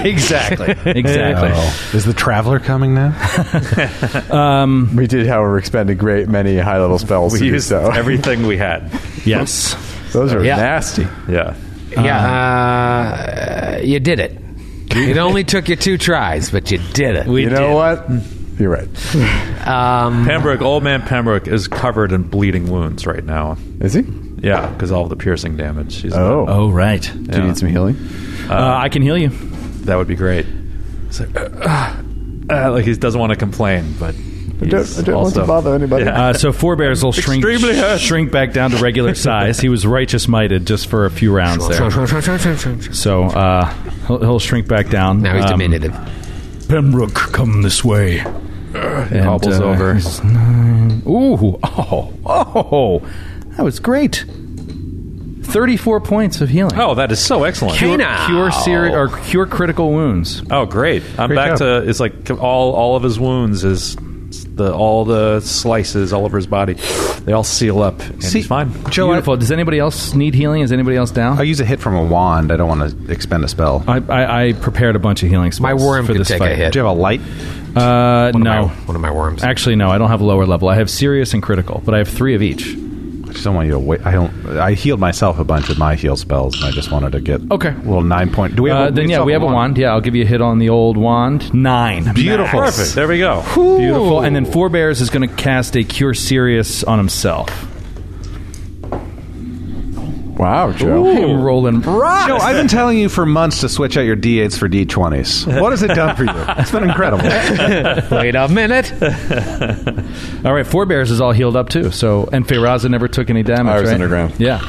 exactly, exactly.
Is the traveler coming now?
We did, however, expend a great many high level spells to
We
do
used
so.
everything we had.
Yes.
[laughs] Those are
Yeah.
nasty.
Yeah.
yeah, uh, you did it. It only took you two tries, but you did it.
We
You know what? You're right.
Pembroke, old man Pembroke, is covered in bleeding wounds right now.
Is he?
Yeah, because all of the piercing damage. She's
Oh.
Oh, right.
Do you need some healing?
Uh, I can heal you.
That would be great. It's like, uh, uh, like he doesn't want to complain, but
I don't, I don't want to bother anybody.
Uh, so forebears will shrink shrink back down to regular size. He was righteous mighted just for a few rounds there. So uh, he'll, he'll shrink back down.
Now he's
Um,
diminutive.
Pembroke, come this way. And, uh,
uh,
hobbles over.
[laughs]
he's nine- Ooh, [laughs] oh, oh, that was great. Thirty-four points of healing.
Oh, that is so excellent.
cure,
now.
cure, seri- or cure critical wounds.
Oh, great! I'm back to it's like all all of his wounds is the all the slices all over his body. They all seal up, and
See-
he's fine.
Joe, Beautiful. Does anybody else need healing? Is anybody else down?
I'll use a hit from a wand. I don't want to expend a spell.
I, I, I prepared a bunch of healing spells.
My worm
for
could
this
take a
fight.
hit.
Do you have a light?
Uh,
One of
no.
my- one of my worms.
Actually, no. I don't have lower level. I have serious and critical, but I have three of each.
I just don't want you to wait. I don't. I healed myself a bunch with my heal spells, and I just wanted to get
Okay.
a little nine point. Do we have?
Uh,
a,
then
we
yeah,
still
we have a wand. Yeah, I'll give you a hit on the old wand. Nine.
Beautiful.
Perfect. There we go.
Beautiful. And then Four Bears is going to cast a Cure Serious on himself.
wow, Joe.
I'm rolling.
Joe, I've been telling you for months to switch out your D8s for
[laughs]
D20s. What has it done for you? It's been incredible.
Wait a minute.
[laughs] All right, Four Bears is all healed up too. So and Feyraza never took any damage.
I was
right?
underground.
Yeah.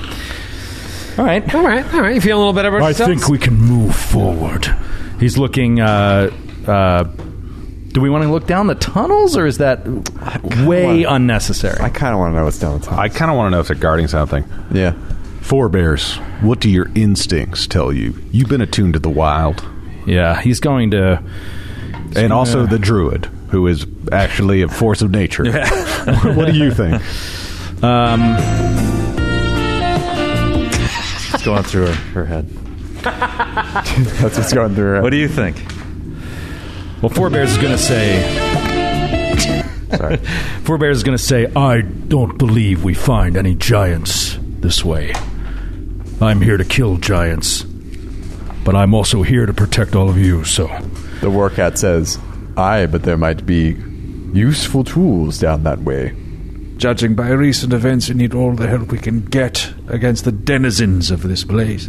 All right.
All right, all right. You feeling a little better about
I
yourself?
think we can move forward. He's looking. Uh, uh, do we want to look down the tunnels, or is that way unnecessary?
I kind of want to know what's down the top.
I kind of want to know if they're guarding something.
yeah.
Forebears, what do your instincts tell you? You've been attuned to the wild,
yeah, he's going to.
and also the druid, who is actually a force of nature. [laughs] what do you think?
It's going through her, her head.
That's what's going through. her.
What do you think?
Well, Four Bears is going to say. Sorry. Four Bears is going to say, I don't believe we find any giants this way. I'm here to kill giants. But I'm also here to protect all of you, so.
The workout says, "Aye, but there might be useful tools down that way."
Judging by recent events, we need all the help we can get against the denizens of this place.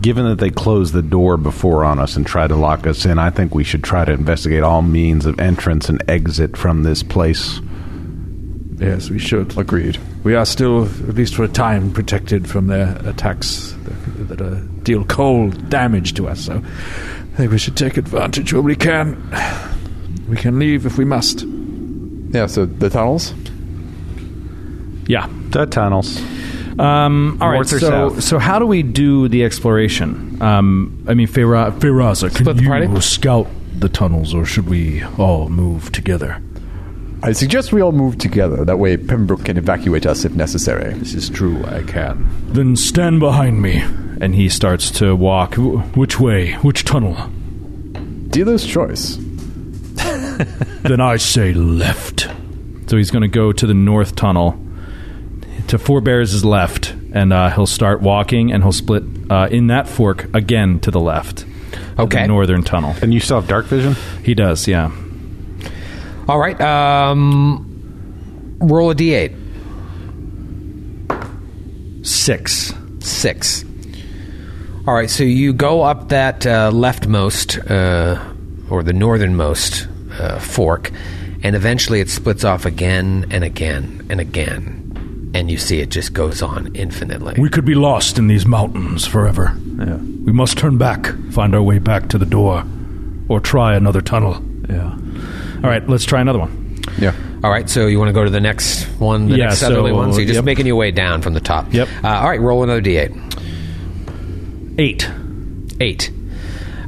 Given that they closed the door before on us and tried to lock us in, I think we should try to investigate all means of entrance and exit from this place.
Yes, we should.
Agreed.
We are still, at least for a time, protected from their attacks that uh, deal cold damage to us, so I think we should take advantage when we can. We can leave if we must.
Yeah. So the tunnels.
Yeah.
The tunnels.
Um, all right,
North or
so,
south?
so how do we do the exploration? Um, I mean, Feyra- Feyraza, can
Split the
you
party?
scout the tunnels, or should we all move together?
I suggest we all move together. That way, Pembroke can evacuate us if necessary.
This is true. I can.
Then stand behind me. And he starts to walk. Wh- Which way? Which tunnel?
Dealer's choice.
then I say left. So he's going to go to the north tunnel, to Four Bears' left, and uh, he'll start walking, and he'll split uh, in that fork again to the left.
Okay.
The northern tunnel.
And you still have dark vision?
He does, yeah.
All right. Um, roll a d8.
Six.
Six. All right. So you go up that uh, leftmost uh, or the northernmost uh, fork, and eventually it splits off again and again and again, and you see it just goes on infinitely.
We could be lost in these mountains forever. Yeah. We must turn back, find our way back to the door, or try another tunnel.
Yeah.
All right, let's try another one.
Yeah.
All right, so you want to go to the next one, the
Yeah,
next southerly
so,
one. So you're just
yep.
making your way down from the top.
Yep.
Uh, all right, roll another d8.
Eight.
Eight.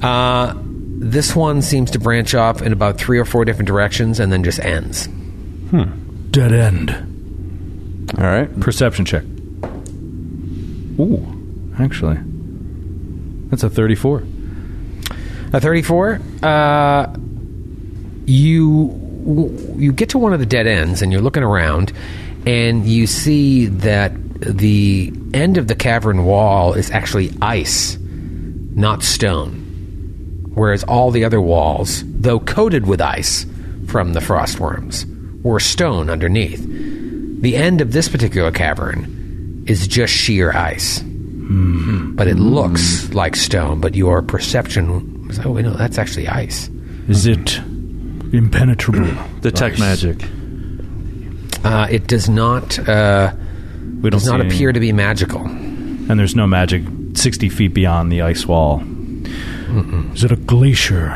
Uh, this one seems to branch off in about three or four different directions and then just ends.
Dead end.
All right.
Perception check. Ooh, actually. That's a 34.
A 34. Uh, you you get to one of the dead ends and you're looking around and you see that the end of the cavern wall is actually ice, not stone. Whereas all the other walls, though coated with ice from the frostworms, were stone underneath. The end of this particular cavern is just sheer ice. But it looks like stone, but your perception was, oh, wait, no, that's actually ice.
Is it
[clears throat]
impenetrable?
Detect magic.
Uh, it does not, uh,
We don't
does not
see any-
appear to be magical.
and there's no magic 60 feet beyond the ice wall.
Is it a glacier?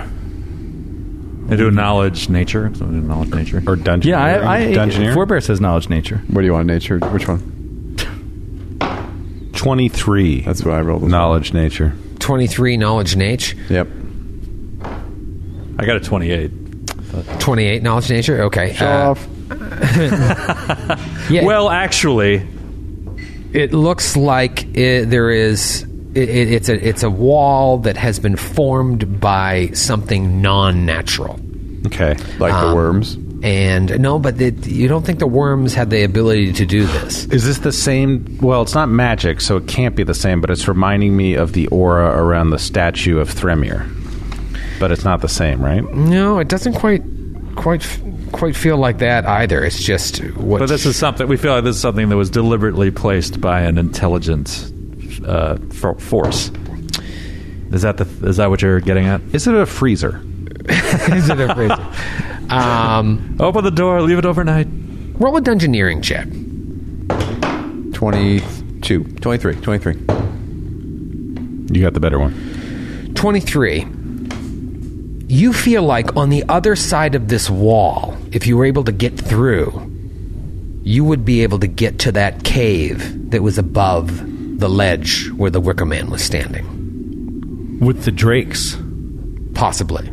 I do knowledge nature. I do knowledge nature.
or dungeon.
Yeah, I, I
dungeoneer.
Forebear says knowledge nature.
What do you want, nature? Which one?
twenty three.
That's what I rolled. as
knowledge nature.
23 knowledge nature,
well. Yep.
I got a 28.
28 knowledge nature. Okay. uh,
Off.
[laughs] yeah,
Well, actually,
it looks like it, there is it, it- it's a it's a wall that has been formed by something non-natural.
Okay.
Like the worms.
And no, but it, you don't think the worms had the ability to do this.
Is this the same? Well, it's not magic, so it can't be the same. But it's reminding me of the aura around the statue of Thremir. But it's not the same, [laughs] right?
No, it doesn't quite quite f- quite feel like that either. It's just what
but this is something we feel like this is something that was deliberately placed by an intelligent uh, for- force. Is that the is that what you're getting at?
Is it a freezer?
[laughs] is it a
[laughs]
phrase? um,
Open the door, leave it overnight.
roll a dungeoneering check.
22. 23. 23.
You got the better one.
23. You feel like on the other side of this wall, if you were able to get through, you would be able to get to that cave that was above the ledge where the Wicker Man was standing.
With the drakes.
Possibly.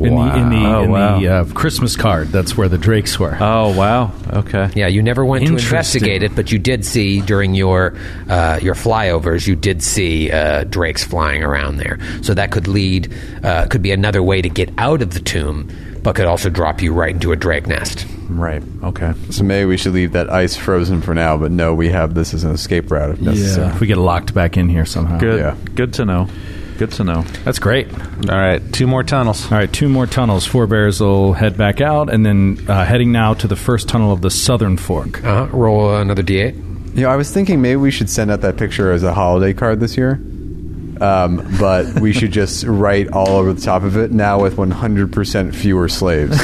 In the, in the,
Wow.
in
Oh,
Wow.
the uh, Christmas card, that's where the drakes were.
Uh,
Oh wow. Okay.
Yeah, you never went to
Interesting.
investigate it, but you did see during your uh, your flyovers, you did see uh, drakes flying around there. So that could lead, uh, could be another way to get out of the tomb, but could also drop you right into a drake nest.
Right. Okay.
So maybe we should leave that ice frozen for now, but no, we have this as an escape route if necessary.
If we get locked back in here somehow.
Good.
Yeah.
Good to know. Good to know.
That's great.
All right, two more tunnels.
All right, two more tunnels. Four bears will head back out, and then uh, heading now to the first tunnel of the southern fork.
Uh, roll another d8.
You know, I was thinking maybe we should send out that picture as a holiday card this year. Um, but [laughs] we should just write all over the top of it now with 100% fewer [laughs] slaves.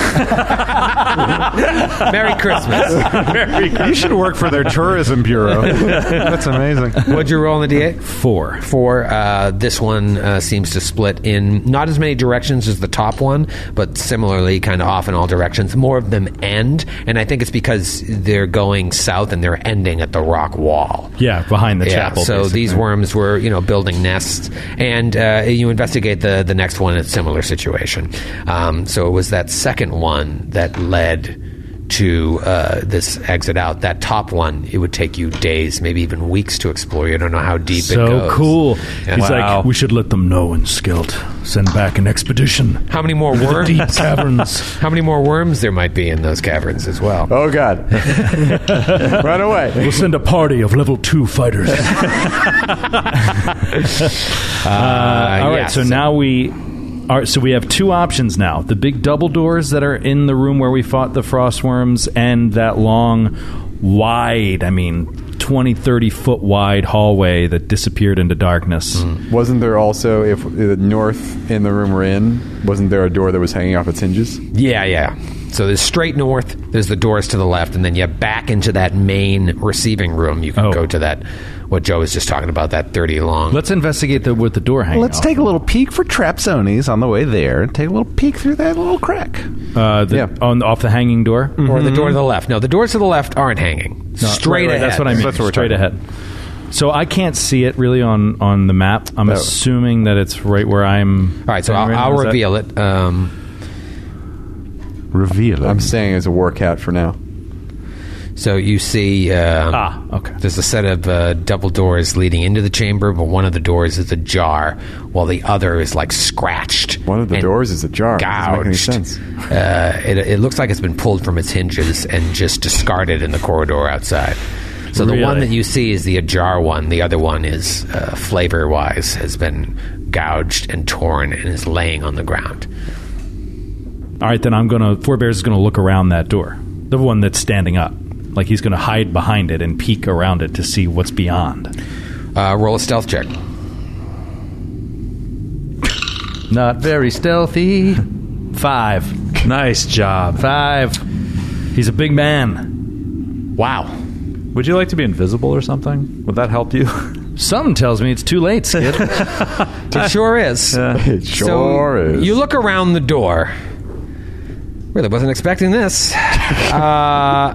Merry Christmas.
You should work for their tourism
[laughs]
bureau. That's amazing.
What'd you roll on the d8?
Four.
Four. Uh, this one uh, seems to split in not as many directions as the top one, but similarly, kind of off in all directions. More of them end, and I think it's because they're going south and they're ending at the rock wall.
Yeah, behind the chapel.
so
basically.
these worms were, you know, building nests, and uh, you investigate the the next one. It's a similar situation. Um, so it was that second one that led to uh, this exit out. That top one, it would take you days, maybe even weeks to explore. You don't know how deep. it
So
goes.
cool.
Yeah.
He's
Wow.
like, we should let them know in Skelt. Send back an expedition.
How many
[laughs]
more
Deep
worms? [laughs]
caverns.
How many more worms there might be in those caverns as well?
Oh, [laughs] God. Run away.
We'll send a party of level two fighters.
Uh,
All right,
yes.
so now we are. So we have two options now: the big double doors that are in the room where we fought the frostworms, and that long, wide. I mean. 20 30 foot wide hallway that disappeared into darkness
Mm,
Wasn't there also, if uh, north in the room we're in, wasn't there a door that was hanging off its hinges?
Yeah, yeah. So there's straight north, there's the doors to the left, and then you back into that main receiving room. You can
Oh.
go to that, what Joe was just talking about, that 30 long.
let's investigate the with the door hanging
Let's
off.
take a little peek for Trapzonies on the way there, and take a little peek through that little crack. Mm-hmm.
uh, the,
Yeah.
on off the hanging door
or the door to the left. No, the doors to the left aren't hanging.
Mm-hmm. No,
straight
right, right,
ahead.
That's what I mean.
That's what we're
straight
talking
ahead. So I can't see it really on, on the map. I'm
Oh.
assuming that it's right where I'm.
All right, so I'll, I'll reveal it. Um,
Reveal.
I'm staying as a workout for now.
so you see. Um,
Ah, okay.
There's a set of uh, double doors leading into the chamber, but one of the doors is ajar, while the other is like scratched.
One of the
and
doors is ajar. Doesn't make any
Gouged.
sense.
Uh, it, it looks like it's been pulled from its hinges and just discarded in the corridor outside. So the one
Really?
that you see is the ajar one. The other one is uh, flavor wise has been gouged and torn and is laying on the ground.
All right, then I'm gonna. Four Bears is gonna look around that door, the one that's standing up. Like he's going to hide behind it and peek around it to see what's beyond.
Uh, roll a stealth check.
Not very stealthy. Five.
Nice job.
Five. He's a big man.
Wow. Would you like to be invisible or something? Would that help you? [laughs]
Something tells me it's too late, Skid.
It sure is.
It sure
so
is.
You look around the door. Really wasn't expecting this.
[laughs]
Uh,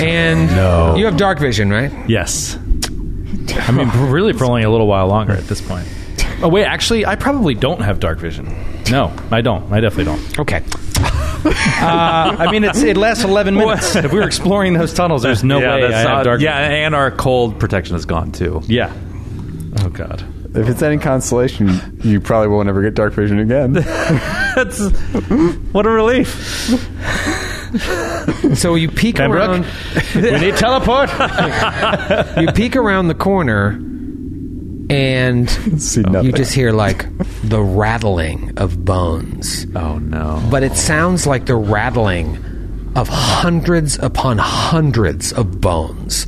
and you have dark vision, right?
Yes. I mean, really for only a little while longer at this point. Oh, wait, actually, I probably don't have dark vision. No, I don't. I definitely don't.
Okay. Uh,
I mean, it's, it lasts 11 minutes. if we were exploring those tunnels, there's no
yeah,
way I
that's
have
not-
dark
yeah, and our cold protection is gone too.
Yeah. Oh, God.
If it's any consolation, you probably won't ever get dark vision again. [laughs]
What a relief!
So you peek
Pembroke?
around.
we need teleport.
[laughs] You peek around the corner, and
See
you
nothing.
just hear like the rattling of bones.
Oh no!
But it sounds like the rattling of hundreds upon hundreds of bones.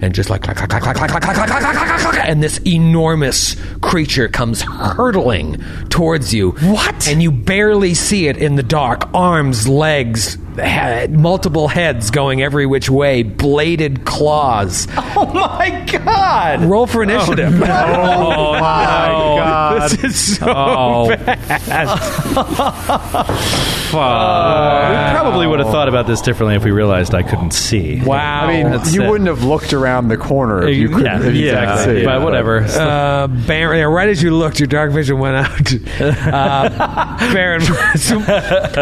And just like clack, clack, clack, clack, clack, clack, clack, clack, clack, clack, clack, clack, and this enormous creature comes hurtling towards you. What? And you barely see it in the dark. Arms, legs, he- multiple heads going every which way, bladed claws.
oh, my God.
Roll for initiative.
Oh my god!
This is so
Oh,
We probably would have thought about this differently if we realized I couldn't
[laughs]
see.
Wow.
I mean,
That's
you
it.
wouldn't have looked around the corner if you couldn't.
yeah,
if you
yeah,
couldn't see.
but whatever.
Uh, Baron, yeah, right as you looked, your dark vision went out. [laughs] Uh, Baron, [laughs] so,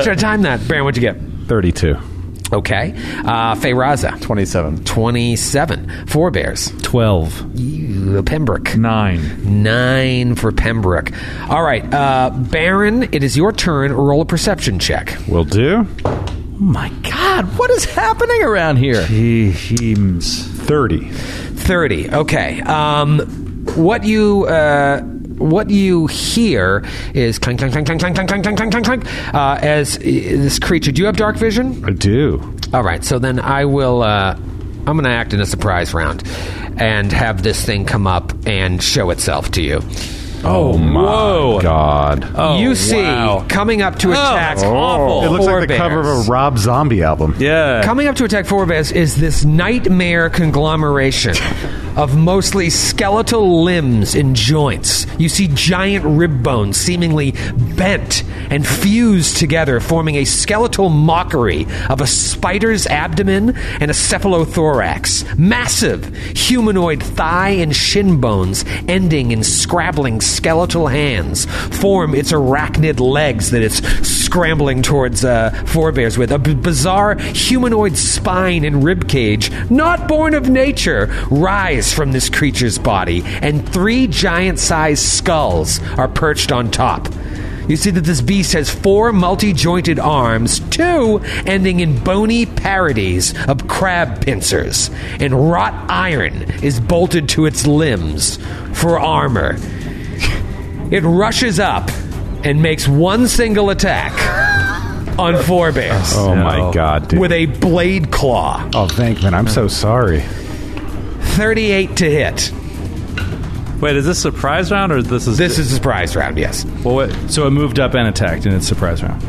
should I time that? Baron, what'd you get?
32.
Okay. Uh, Feyraza,
27.
27. Four Bears.
12.
Ew, Pembroke.
nine.
Nine for Pembroke. All right. Uh, Baron, it is your turn. Roll a perception check.
Will do.
Oh, my God. What is happening around here?
He heems.
30.
30 okay um, what you uh, what you hear is clang clang clang clang clang clang clang clang clang clang clang uh, as uh, this creature do you have dark vision
I do.
all right so then i will uh, i'm gonna act in a surprise round and have this thing come up and show itself to you
Oh, my
whoa.
God.
you see coming up to attack
Oh, It looks
four
like the cover of
bears.
a Rob Zombie album.
Yeah.
Coming up to attack four bears is this nightmare conglomeration of mostly skeletal limbs and joints. You see giant rib bones seemingly bent and fused together, forming a skeletal mockery of a spider's abdomen and a cephalothorax. Massive humanoid thigh and shin bones, ending in scrabbling skeletal hands, form its arachnid legs that it's scrambling towards uh, forebears with. A b- bizarre humanoid spine and rib cage, not born of nature, rise from this creature's body, and three giant sized skulls are perched on top. You see that this beast has four multi jointed arms, two ending in bony parodies of crab pincers, and wrought iron is bolted to its limbs for armor. It rushes up and makes one single attack on four bears
Oh, my God, dude.
with a blade claw.
oh, thank man. I'm so sorry.
38 to hit.
Wait, is this surprise round or this is
This is a surprise round, yes.
Well, what, so it moved up and attacked in its surprise round.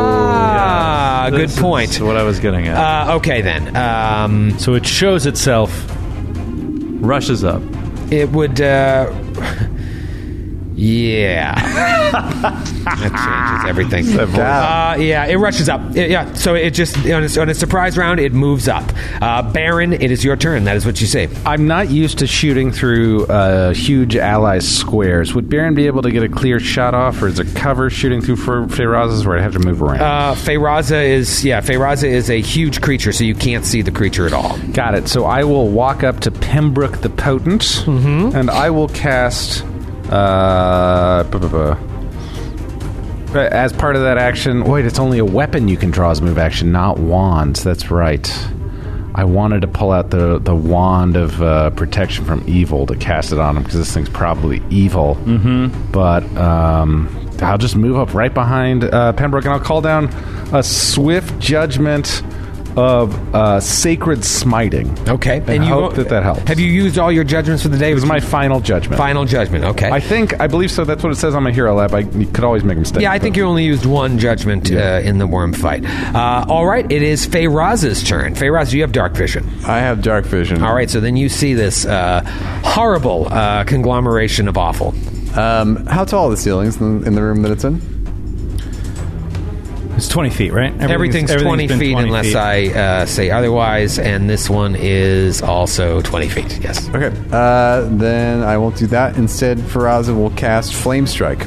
Ah, good
This is
point.
what I was getting at.
Uh, okay, then. Um,
So it shows itself.
Rushes up.
it would. Uh, [laughs]
[laughs]
yeah. that changes everything. Uh, yeah, it rushes up. It- yeah, so it just, on its, on its surprise round, it moves up. Uh, Baron, it is your turn. That is what you say.
I'm not used to shooting through uh, huge ally squares. Would Baron be able to get a clear shot off, or is it cover shooting through Fer- Feroz's where I have to move around?
Uh, Feyraza is yeah. Feyraza is a huge creature, so you can't see the creature at all.
Got it. So I will walk up to Pembroke the Potent, and I will cast. Uh, bu- bu- bu- but as part of that action, wait, it's only a weapon you can draw as move action, not wands. That's right. I wanted to pull out the, the wand of uh, protection from evil to cast it on him because this thing's probably evil. Mm-hmm. But um, I'll just move up right behind uh, Pembroke and I'll call down a swift judgment of uh, sacred smiting.
Okay.
And, hope that that helps.
Have you used all your judgments for the day?
it was my final judgment.
final judgment. Okay.
I think, I believe so. That's what it says on my hero lab. I you could always make a mistake.
yeah, I
but-
think you only used one judgment uh, in the worm fight. Uh, all right, it is Feyraz's turn. Feyraz, you have dark vision.
I have dark vision.
All right, so then you see this uh, horrible uh, conglomeration of awful.
Um, how tall are the ceilings in, in the room that it's in?
It's 20 feet, right?
Everything's, 20
been
feet unless I uh, say otherwise, and this one is also 20 feet, yes.
Okay. Uh, then I won't do that. Instead, Faraza will cast Flame Strike.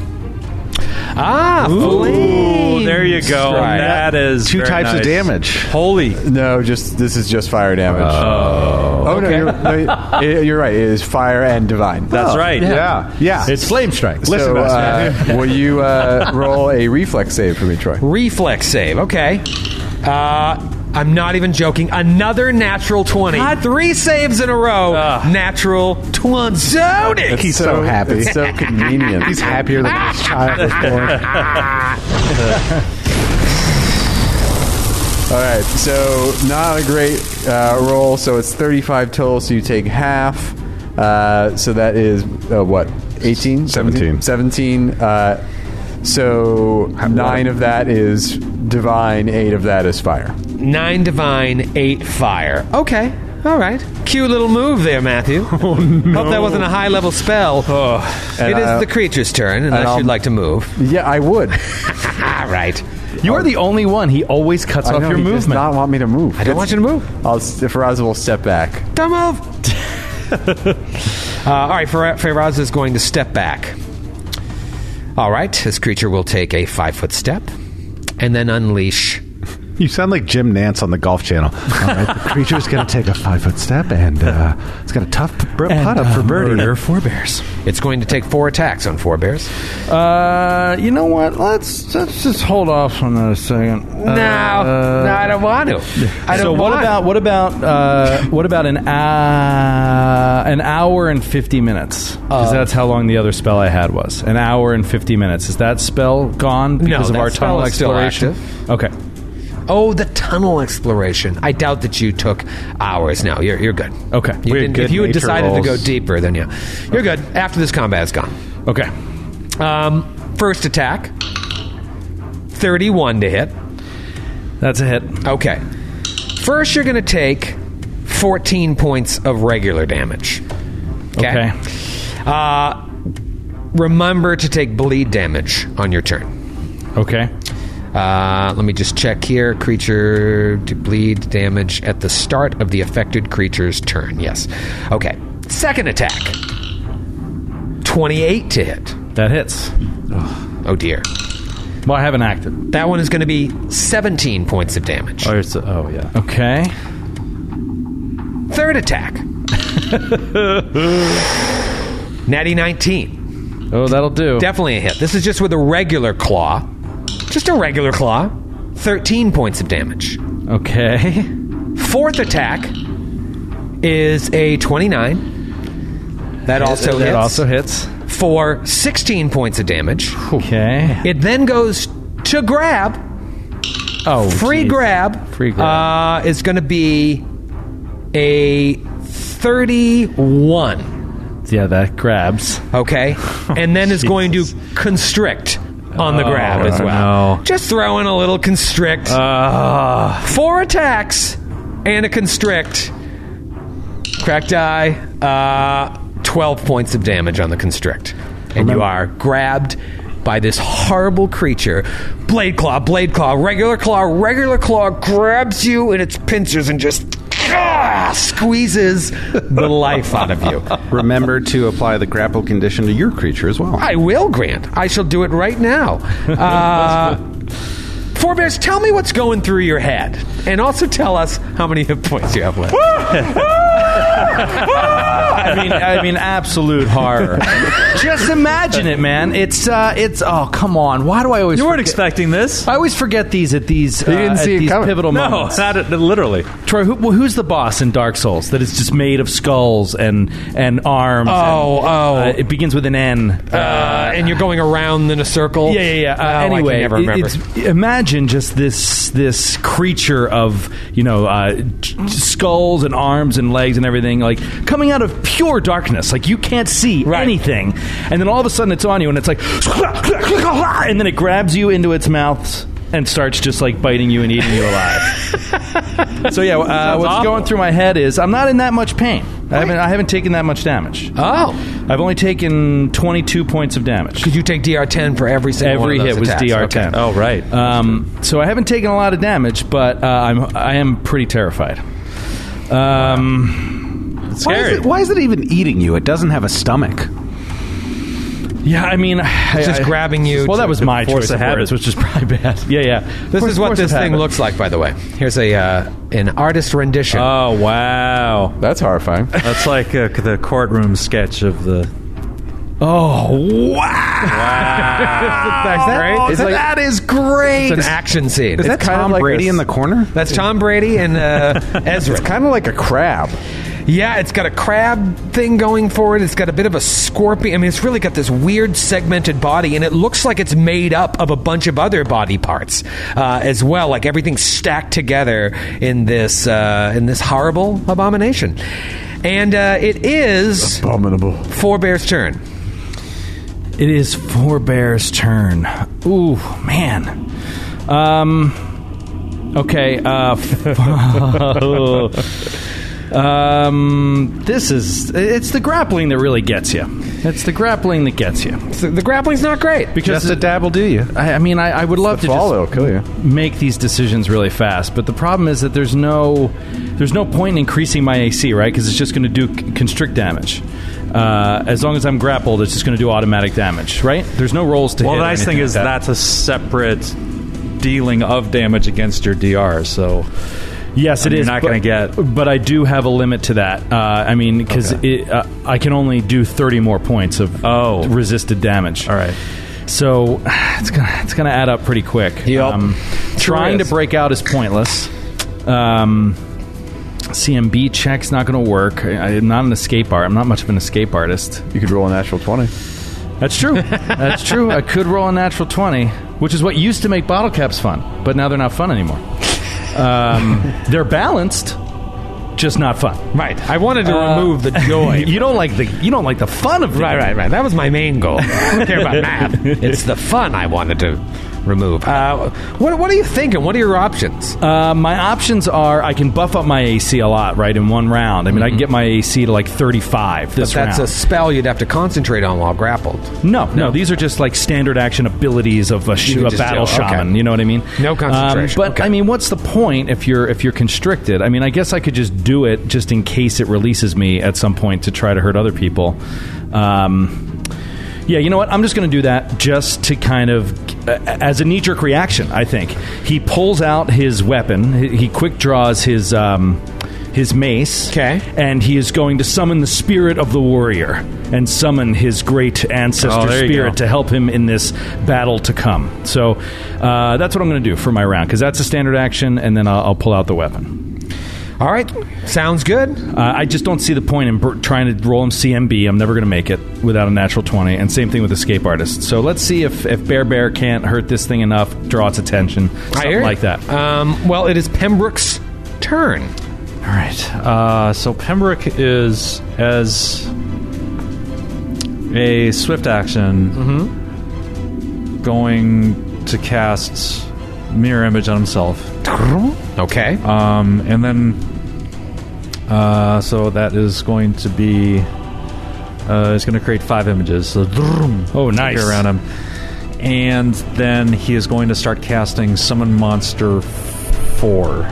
Ah,
Ooh, there you go.
Right.
That is
two
very
types
nice.
of damage.
Holy
No, just this is just fire damage. oh, no, you're, no, it- you're right. It is fire and divine. Oh.
That's right.
Yeah, yeah.
It's flame strike.
so, uh, will you [laughs] uh, roll a reflex save for me, Troy?
Reflex save. Okay. Uh, I'm not even joking. Another natural 20. Three saves in a row. Natural 20. Zonic!
He's so, happy. It's so convenient. He's happier than his child was born. [laughs] All right, so not a great uh, roll. So it's 35 total, so you take half. Uh, so that is uh, what? 18?
17.
17. Uh, so nine of that is divine, eight of that is fire.
Nine divine, eight fire. Okay. All right. Cute little move there, Matthew. [laughs] Oh, no. Oh, Hope that wasn't a high level spell. It
And
is
I'll-
the creature's turn, unless
I'll-
you'd like to move.
Yeah, I
[laughs]
would.
All right.
you are the only one. He always cuts
I
off
know,
your
he does
movement.
not want me to move.
I don't want you to move.
I'll, Faraz will step back.
Don't move. [laughs] uh, all right, Fer- Feraz is going to step back. All right, this creature will take a five foot step and then unleash.
You sound like Jim Nance on the Golf
[laughs]
Channel. All right, the creature's going to take a five foot step, and uh, it's got a tough p- br- putt up
uh,
for birdie.
forebears.
It's going to take four attacks on four bears.
Uh, you know what? Let's let's just hold off on that a second. Uh,
No, no, I don't want to. I don't
so what
want
about what about uh, what about an uh, an hour and fifty minutes?
Uh,
Because that's how long the other spell I had was an hour and fifty minutes. Is that spell gone because
that
of our
spell
tunnel
is still
exploration? Okay,
Oh, the tunnel exploration. I doubt that you took hours. No, you're, you're good.
Okay.
You
We
didn't-
had good
if you had
nature
decided to go
rolls.
deeper, then yeah. You're good. After this combat is gone.
okay.
Um, first attack 31 to hit.
That's a hit.
Okay. First, you're going to take 14 points of regular damage.
Okay.
Uh, remember to take bleed damage on your turn.
Okay.
Uh, let me just check here. Creature to bleed damage at the start of the affected creature's turn. Yes. Okay. Second attack 28 to hit.
That hits.
Oh, dear.
Well, I haven't acted.
That one is going to be 17 points of damage.
Oh, it's- oh, yeah.
Okay.
Third attack. Natty 19.
Oh, that'll do.
Definitely a hit. This is just with a regular claw. Just a regular claw. 13 points of damage.
okay.
Fourth attack is a 29. That also
That
hits
also hits.
for 16 points of damage.
Okay.
It then goes to grab.
Oh,
Free
geez.
grab.
Free grab.
Uh, is going to be a 31.
Yeah, that grabs.
okay? And then is going to constrict on the grab as well.
no. Uh.
Just throw in a little constrict. Ah. Four attacks and a constrict. Cracked eye. Uh, 12 points of damage on the constrict. And you are grabbed by this horrible creature. Blade claw, blade claw, regular claw, regular claw grabs you in its pincers and just ah, squeezes the life out of you.
[laughs] Remember to apply the grapple condition to your creature as well.
I will, Grant. I shall do it right now. [laughs] Uh, Four Bears, tell me what's going through your head, and also tell us how many hit points you have left.
I mean, I mean, absolute horror.
[laughs]
Just imagine it, man. It's uh, it's oh, come on. Why do I always?
You weren't
forget-
expecting this.
I always forget these at these. Uh,
didn't
at
see it
these
coming.
pivotal
No,
moments.
not literally.
Troy, who, well, who's the boss in Dark Souls that is just made of skulls and and arms?
Oh, oh.
and, uh, it begins with an N.
Uh, and you're going around in a circle.
yeah, yeah, yeah. Uh,
Oh, I
anyway,
can never
it-
remember.
it's- imagine imagine just this this creature of you know uh, t- t- skulls and arms and legs and everything like coming out of pure darkness. Like you can't see anything, and then all of a sudden it's on you, and it's like, [laughs] and then it grabs you into its mouth and starts just like biting you and eating you alive.
[laughs]
so yeah, uh, what's going through my head is I'm not in that much pain. I haven't, I haven't taken that much damage.
Oh,
I've only taken 22 points of damage.
Could you take DR10 for every single
every
one of
hit
those
was
attacks?
DR10?
Okay.
Oh right. Um, so I haven't taken a lot of damage, but uh, I'm I am pretty terrified. Um,
Why is, it, why is it even eating you? It doesn't have a stomach.
Yeah, I mean,
It's just grabbing you. to-
Well, that was
to
my
force
choice
a
of
habit.
words, which is probably bad. Yeah, yeah.
This
Force-
is what
force
this
of
thing
habit.
looks like, by the way. Here's a uh, an artist rendition.
Oh wow,
that's horrifying.
That's like uh, the courtroom sketch of the.
Oh wow!
That's great.
It's like- that is great.
It's an action scene.
Is that
kind of
Tom
like
Brady
a-
in the corner?
That's Tom Brady and
[laughs]
uh, Ezra.
It's kind of like a crab.
Yeah, it's got a crab thing going for it. It's got a bit of a scorpion. I mean, it's really got this weird segmented body, and it looks like it's made up of a bunch of other body parts uh, as well. Like everything's stacked together in this uh, in this horrible abomination. And uh, it is
Abominable.
Forebear's turn.
It is Forbear's turn. Ooh, man. Um, okay. Uh, [laughs] f- um, this is. It's the grappling that really gets you. It's the grappling that gets you.
So the grappling's not great.
Because
Just a dab will do you.
I, I mean, I, I would love to just
Fall, it'll kill you.
make these decisions really fast. But the problem is that there's no there's no point in increasing my AC, right? Because it's just going to do c- constrict damage. Uh, as long as I'm grappled, it's just going to do automatic damage, right? There's no rolls to
Well,
hit.
the
or
nice thing
anything
is
like
that's a separate dealing of damage against your DR. So
Yes, it
You're
is,
not
but-
gonna get-
But I do have a limit to that. Uh, I mean, because uh, I can only do thirty more points of
Oh.
resisted damage.
all right.
So [sighs] it's gonna it's gonna add up pretty quick. Um, trying to
is.
break out is pointless. Um, CMB check's not gonna work. I, I'm not an escape art. I'm not much of an escape artist.
You could roll a natural 20.
That's true. That's true. I could roll a natural twenty, which is what used to make bottle caps fun, but now they're not fun anymore.
[laughs]
Um, they're balanced, just not fun. Uh,
Right. I wanted to remove
[laughs]
the joy.
You don't like the you don't like the fun of
Right,
it.
right, right. That was my main goal. I don't care [laughs] about math. It's the fun I wanted to remove. Uh, what, what are you thinking? What are your options?
Uh, my options are I can buff up my AC a lot, right, in one round. I mean, I can get my AC to like 35
Mm-hmm. But
this
that's a
round.
spell you'd have to concentrate on while grappled.
no, no, these are just like standard action abilities of a, sh-
You can
a
just
battle
do- okay.
shaman. You know what I mean?
No
Um,
concentration,
but
okay.
I mean, what's the point if you're if you're constricted? I mean, I guess I could just do it just in case it releases me at some point to try to hurt other people. Um, yeah, you know what? I'm just going to do that just to kind of, uh, as a knee jerk reaction, I think. He pulls out his weapon. He, he quick draws his, um, his mace.
Okay.
And he is going to summon the spirit of the warrior and summon his great ancestor
Oh, there you
spirit
go.
to help him in this battle to come. So uh, that's what I'm going to do for my round because that's a standard action, and then I'll, I'll pull out the weapon.
All right. Sounds good.
Uh, I just don't see the point in br- trying to roll him CMB. I'm never going to make it without a natural 20. And same thing with Escape Artist. So let's see if, if Bear Bear can't hurt this thing enough, draw its attention,
I
something
hear you.
like that.
Um, well, it is Pembroke's turn.
All right. Uh, so Pembroke is as a swift action
Mm-hmm.
going to cast mirror image on himself.
Okay.
Um, and then, uh, so that is going to be. Uh, it's going to create five images. So,
Oh, nice.
around him, and then he is going to start casting summon monster f- four,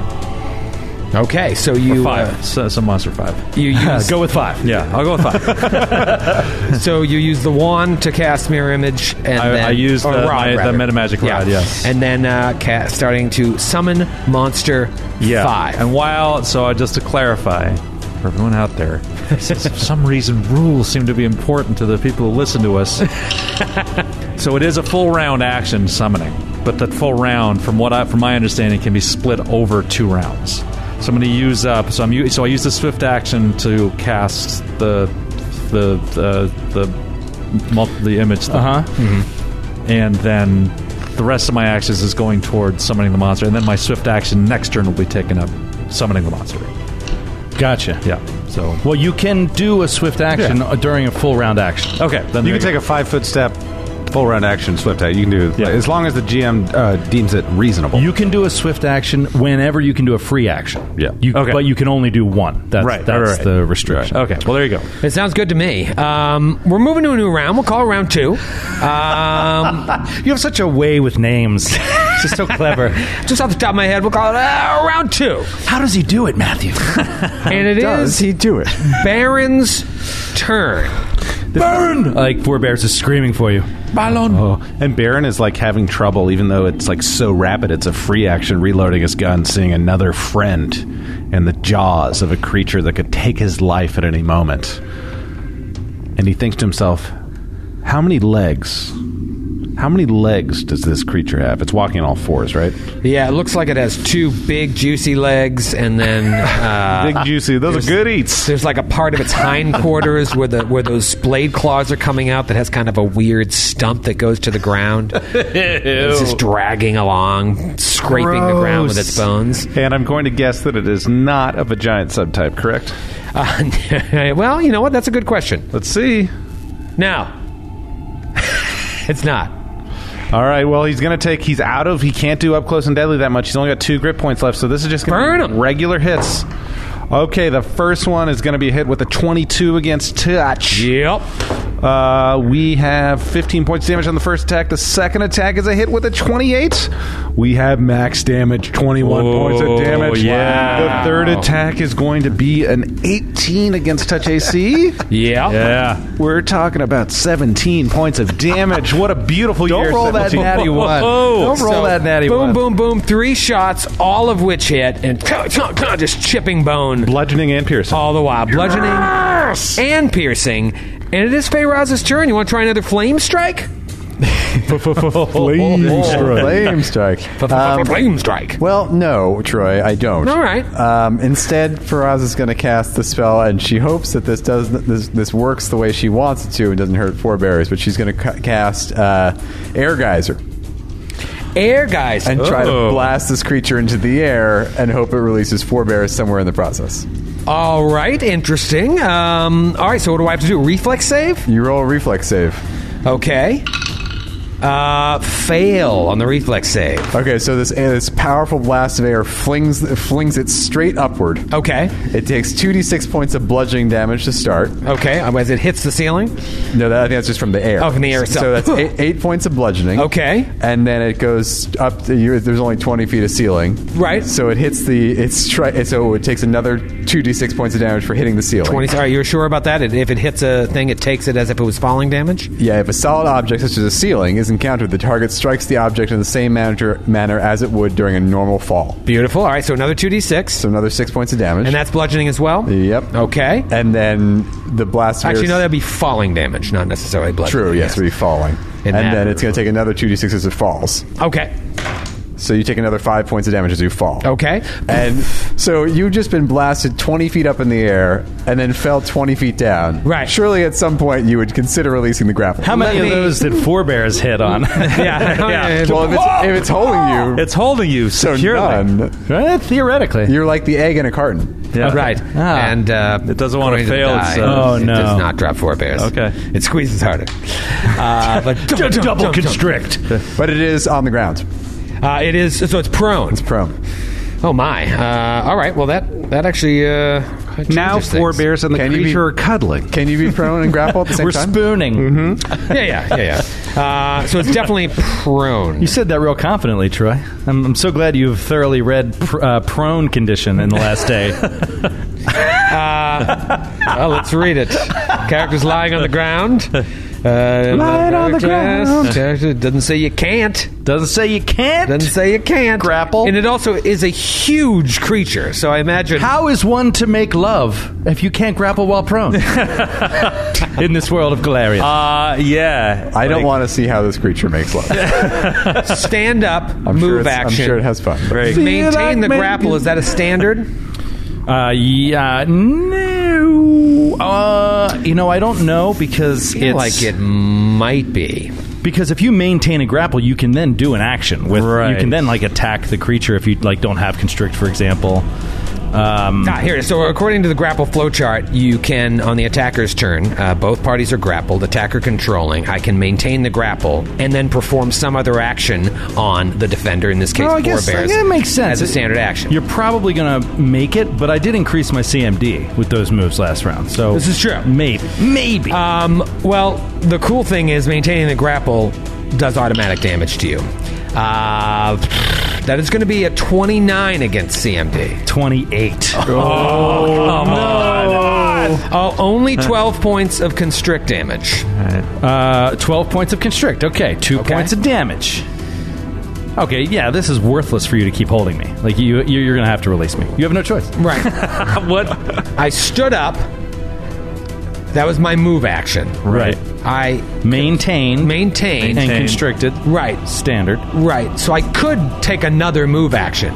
okay. So you
five,
uh,
so, so monster five. [laughs]
you use,
Go with five.
Yeah, I'll go with five. [laughs]
so you use the wand to cast mirror image, and
I-
then
I used
or
the-
rod,
my- the
rather.
metamagic rod, yes.
and then uh, ca- starting to summon monster
Yeah.
five.
And while, so I just to clarify for everyone out there, since for some reason rules seem to be important to the people who listen to us. so it is a full round action summoning, but that full round, from what I, from my understanding, can be split over two rounds. So I'm going to use up. So I'm u- so I use the swift action to cast the the the the mul- the image, uh
Uh huh.
and then The rest of my actions is going toward summoning the monster, and then my swift action next turn will be taken up summoning the monster.
Gotcha.
Yeah. So
Well, you can do a swift action uh during a full round action.
Okay. Then
You
there
can
take a five foot step, full round action, swift action. You can do as long as the GM uh, deems it reasonable.
You can do a swift action whenever you can do a free action.
Yeah.
You,
Okay.
But you can only do one. That's,
Right,
That's
right, right.
the restriction.
Okay. Well, there you go.
It sounds good to me. Um, we're moving to a new round. We'll call it round two. Um, [laughs]
you have such a way with names. It's just so
[laughs]
clever.
Just off the top of my head, we'll call it uh, round two.
How does he do it, Matthew?
and it is
Does he do it?
[laughs] Baron's turn.
Baron! Like Four Bears is screaming for you.
Balon.
Oh, and Baron is like having trouble, even though it's like so rapid. It's a free action, reloading his gun, seeing another friend in the jaws of a creature that could take his life at any moment. And he thinks to himself, "How many legs? How many legs does this creature have? It's walking on all fours, right?
Yeah, it looks like it has two big juicy legs, and
[laughs]
then uh,
Big juicy. Those are good eats.
There's like a part of its hindquarters where the where those blade claws are coming out that has kind of a weird stump that goes to the ground. It's just dragging along, scraping the ground with its
Gross.
bones.
And I'm going to guess that it is not of a giant subtype, correct?
Uh, [laughs] well, you know what? That's a good question.
Let's see.
No, [laughs] it's not.
All right. Well, he's going to take. He's out of. He can't do up close and deadly that much. He's only got two grip points left, so this is just going
Burn
to be
'em.
regular hits. Okay, the first one is going to be hit with a 22 against touch.
Yep.
Uh, we have 15 points damage on the first attack. The second attack is a hit with a 28. We have max damage, 21
Oh,
points of damage.
yeah.
The third attack is going to be an 18 against touch
[laughs]
AC.
Yeah.
Yeah.
We're talking about 17 points of damage. What a beautiful
Don't
year.
roll that
17.
natty one. Don't roll
So,
that natty
boom,
one.
boom, boom! Three shots, all of which hit, and [laughs] just chipping bone.
Bludgeoning and
[laughs]
piercing.
all the while bludgeoning and piercing. And it is Feyraz's turn. You want to try another flame strike?
Flame strike. Flame
[laughs]
strike. Um,
flame strike.
well, no, Troy, I don't.
All right.
Um, instead, Faraz is going to cast the spell, and she hopes that this does this, this works the way she wants it to and doesn't hurt forebears. But she's going to ca- cast uh, Air Geyser
Air guys.
and try to
Oh.
blast this creature into the air and hope it releases forebears somewhere in the process.
all right, interesting. Um, all right, so what do I have to do? Reflex save?
You roll a reflex save.
Okay. Uh, fail on the reflex save.
Okay, so this uh, this powerful blast of air flings flings it straight upward.
Okay.
It takes two d six points of bludgeoning damage to start.
Okay. uh, As it hits the ceiling.
No, that, I think that's just from the air.
Oh, from the air
So
itself. [laughs]
that's eight, eight points of bludgeoning.
Okay.
and then it goes up. To, you there's only twenty feet of ceiling.
Right.
So it hits the. It's tri- so it takes another two d six points of damage for hitting the ceiling.
20. All right, you're sure about that? It, if it hits a thing, it takes it as if it was falling damage?
Yeah, if a solid object such as a ceiling is encountered, the target strikes the object in the same manner, manner as it would during a normal fall.
Beautiful. All right, so another 2d6.
So another six points of damage.
and that's bludgeoning as well?
Yep.
Okay.
And then the blast. of
Actually,
air-
no, that'd be falling damage, not necessarily blood.
True, yes, we'd be falling.
In
and
that-
then it's going to take another 2d6 as it falls.
Okay.
So you take another 5 points of damage as you fall.
Okay.
And [laughs] so you've just been blasted 20 feet up in the air and then fell 20 feet down.
Right.
Surely at some point you would consider releasing the grapple.
How many
Let
of
me-
those did Four Bears hit [laughs] on?
[laughs]
Yeah. [laughs]
well, if it's, if it's holding you,
It's holding you
so
securely.
none.
Eh, Theoretically.
You're like the egg in a carton.
Yeah.
[laughs] Right.
Ah.
And uh,
It doesn't wanna
going the
fail,
die,
so-
Oh,
it
no.
does not drop four bears.
Okay.
It squeezes harder. Uh, but
Double constrict.
But it is on the ground.
Uh, it is so it's prone.
It's prone.
Oh my. Uh, all right. Well, that that actually uh, changes
Now
things.
four bears and the
Can you be-
creature are cuddling.
Can you be prone and grapple at the same
We're
time?
spooning.
Yeah, yeah, yeah, yeah. Uh, so it's definitely prone.
You said that real confidently, Troy. I'm, I'm so glad you've thoroughly read pr- uh, prone condition in the last day.
Well, Uh, let's read it. Characters lying on the ground. Uh, lying on the ground. Character doesn't say you can't.
Doesn't say you can't.
Doesn't say you can't.
Grapple.
And it also is a huge creature, so I imagine.
How is one to make love if you can't grapple while prone? [laughs] in this world of Galarian.
Uh, yeah.
I don't
Like,
want to see how this creature makes love.
Stand up,
I'm,
move
sure it's-
action.
I'm sure it has fun.
Maintain the grapple. Is that a standard?
Uh, yeah, no. Uh, you know, I don't know because
I feel
it's
like it might be.
Because if you maintain a grapple, you can then do an action with. You can then like attack the creature if you like don't have constrict, for example. Um,
Ah, here. So, according to the grapple flowchart, you can, on the attacker's turn, uh, both parties are grappled, attacker controlling. I can maintain the grapple and then perform some other action on the defender, in this case,
No, I
four
guess-
bears.
yeah, it makes sense.
As a standard action.
You're probably going to make it, but I did increase my CMD with those moves last round. So
This is true.
Maybe. Maybe.
Um, well, the cool thing is maintaining the grapple does automatic damage to you. Uh, that is going to be a 29 against CMD. [laughs]
28. Oh,
come on. Oh, only 12 points of constrict
[laughs]
damage.
Uh, 12 points of constrict. Okay, two points of damage. Okay, yeah, this is worthless for you to keep holding me. Like you, you- you're going to have to release me. You have
[laughs]
no choice.
Right.
what?
I stood up. That was my move action.
Right.
I
maintained,
maintained,
and constricted.
Right.
Standard.
Right. So I could take another move action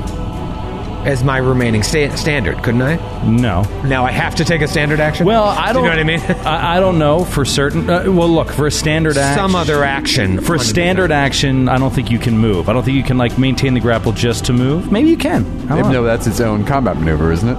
as my remaining sta- standard, couldn't I?
No.
Now I have to take a standard action.
Well, I don't
Do you know what I mean?
[laughs] I, I don't know for certain. Uh, well, look for a standard action.
Some other action
for a
under the
standard action. I don't think you can move. I don't think you can like maintain the grapple just to move. Maybe you can. I don't know.
No, that's its own combat maneuver, isn't it?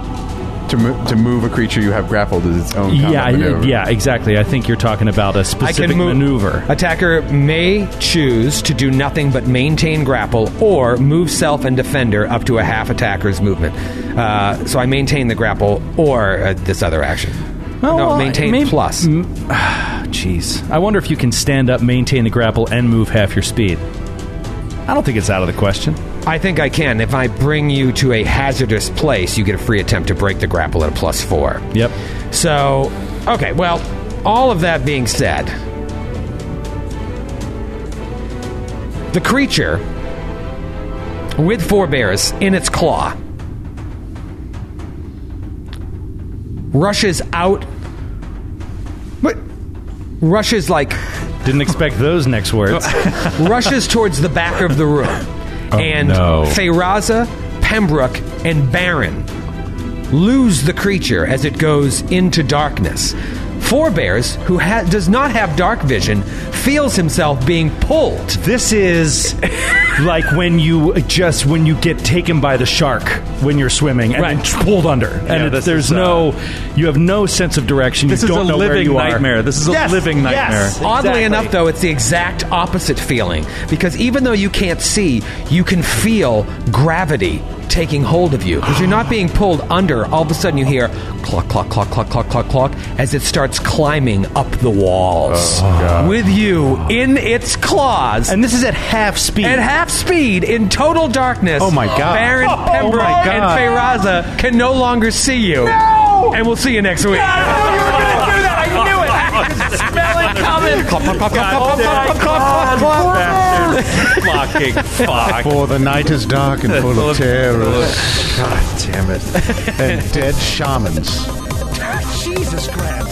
To, mo- to move a creature you have grappled is its own combat
Yeah,
maneuver.
yeah, exactly. I think you're talking about a
I
specific
can move.
maneuver.
Attacker may choose to do nothing but maintain grapple or move self and defender up to a half attacker's movement. Uh, so I maintain the grapple or uh, this other action.
Oh,
no,
well,
maintain
may-
plus.
m- ah, Jeez, I wonder if you can stand up, maintain the grapple, and move half your speed. I don't think it's out of the question.
I think I can. If I bring you to a hazardous place, you get a free attempt to break the grapple at a plus four.
Yep.
So, okay, well, all of that being said, the creature with four bears in its claw rushes out. What? Rushes like
Didn't expect those next words.
rushes towards the back of the room. and
no.
Feyraza, Pembroke, and Baron lose the creature as it goes into darkness. Forebears, who ha- does not have dark vision, feels himself being pulled.
This is like when you just when you get taken by the shark when you're swimming and
Right.
then pulled under, and it's
this
there's
is, uh,
no you have no sense of direction.
This
you
is
don't
a
know where
living
you
nightmare.
Are.
This is a
Yes,
living nightmare.
Yes,
Oddly
exactly.
enough, though, it's the exact opposite feeling because even though you can't see, you can feel gravity taking hold of you because you're not being pulled under. All of a sudden, you hear clock, clock, clock, clock, clock, clock, clock as it starts climbing up the walls with you in its claws.
and this is at half speed.
at half speed in total darkness. Oh
my God.
Baron
Oh
Pembroke
my
and
God.
Feyraza can no longer see you. No! And we'll see you next week.
Fucking fuck.
For the night is dark and full of terrors
God damn it.
and dead shamans.
Jesus Christ.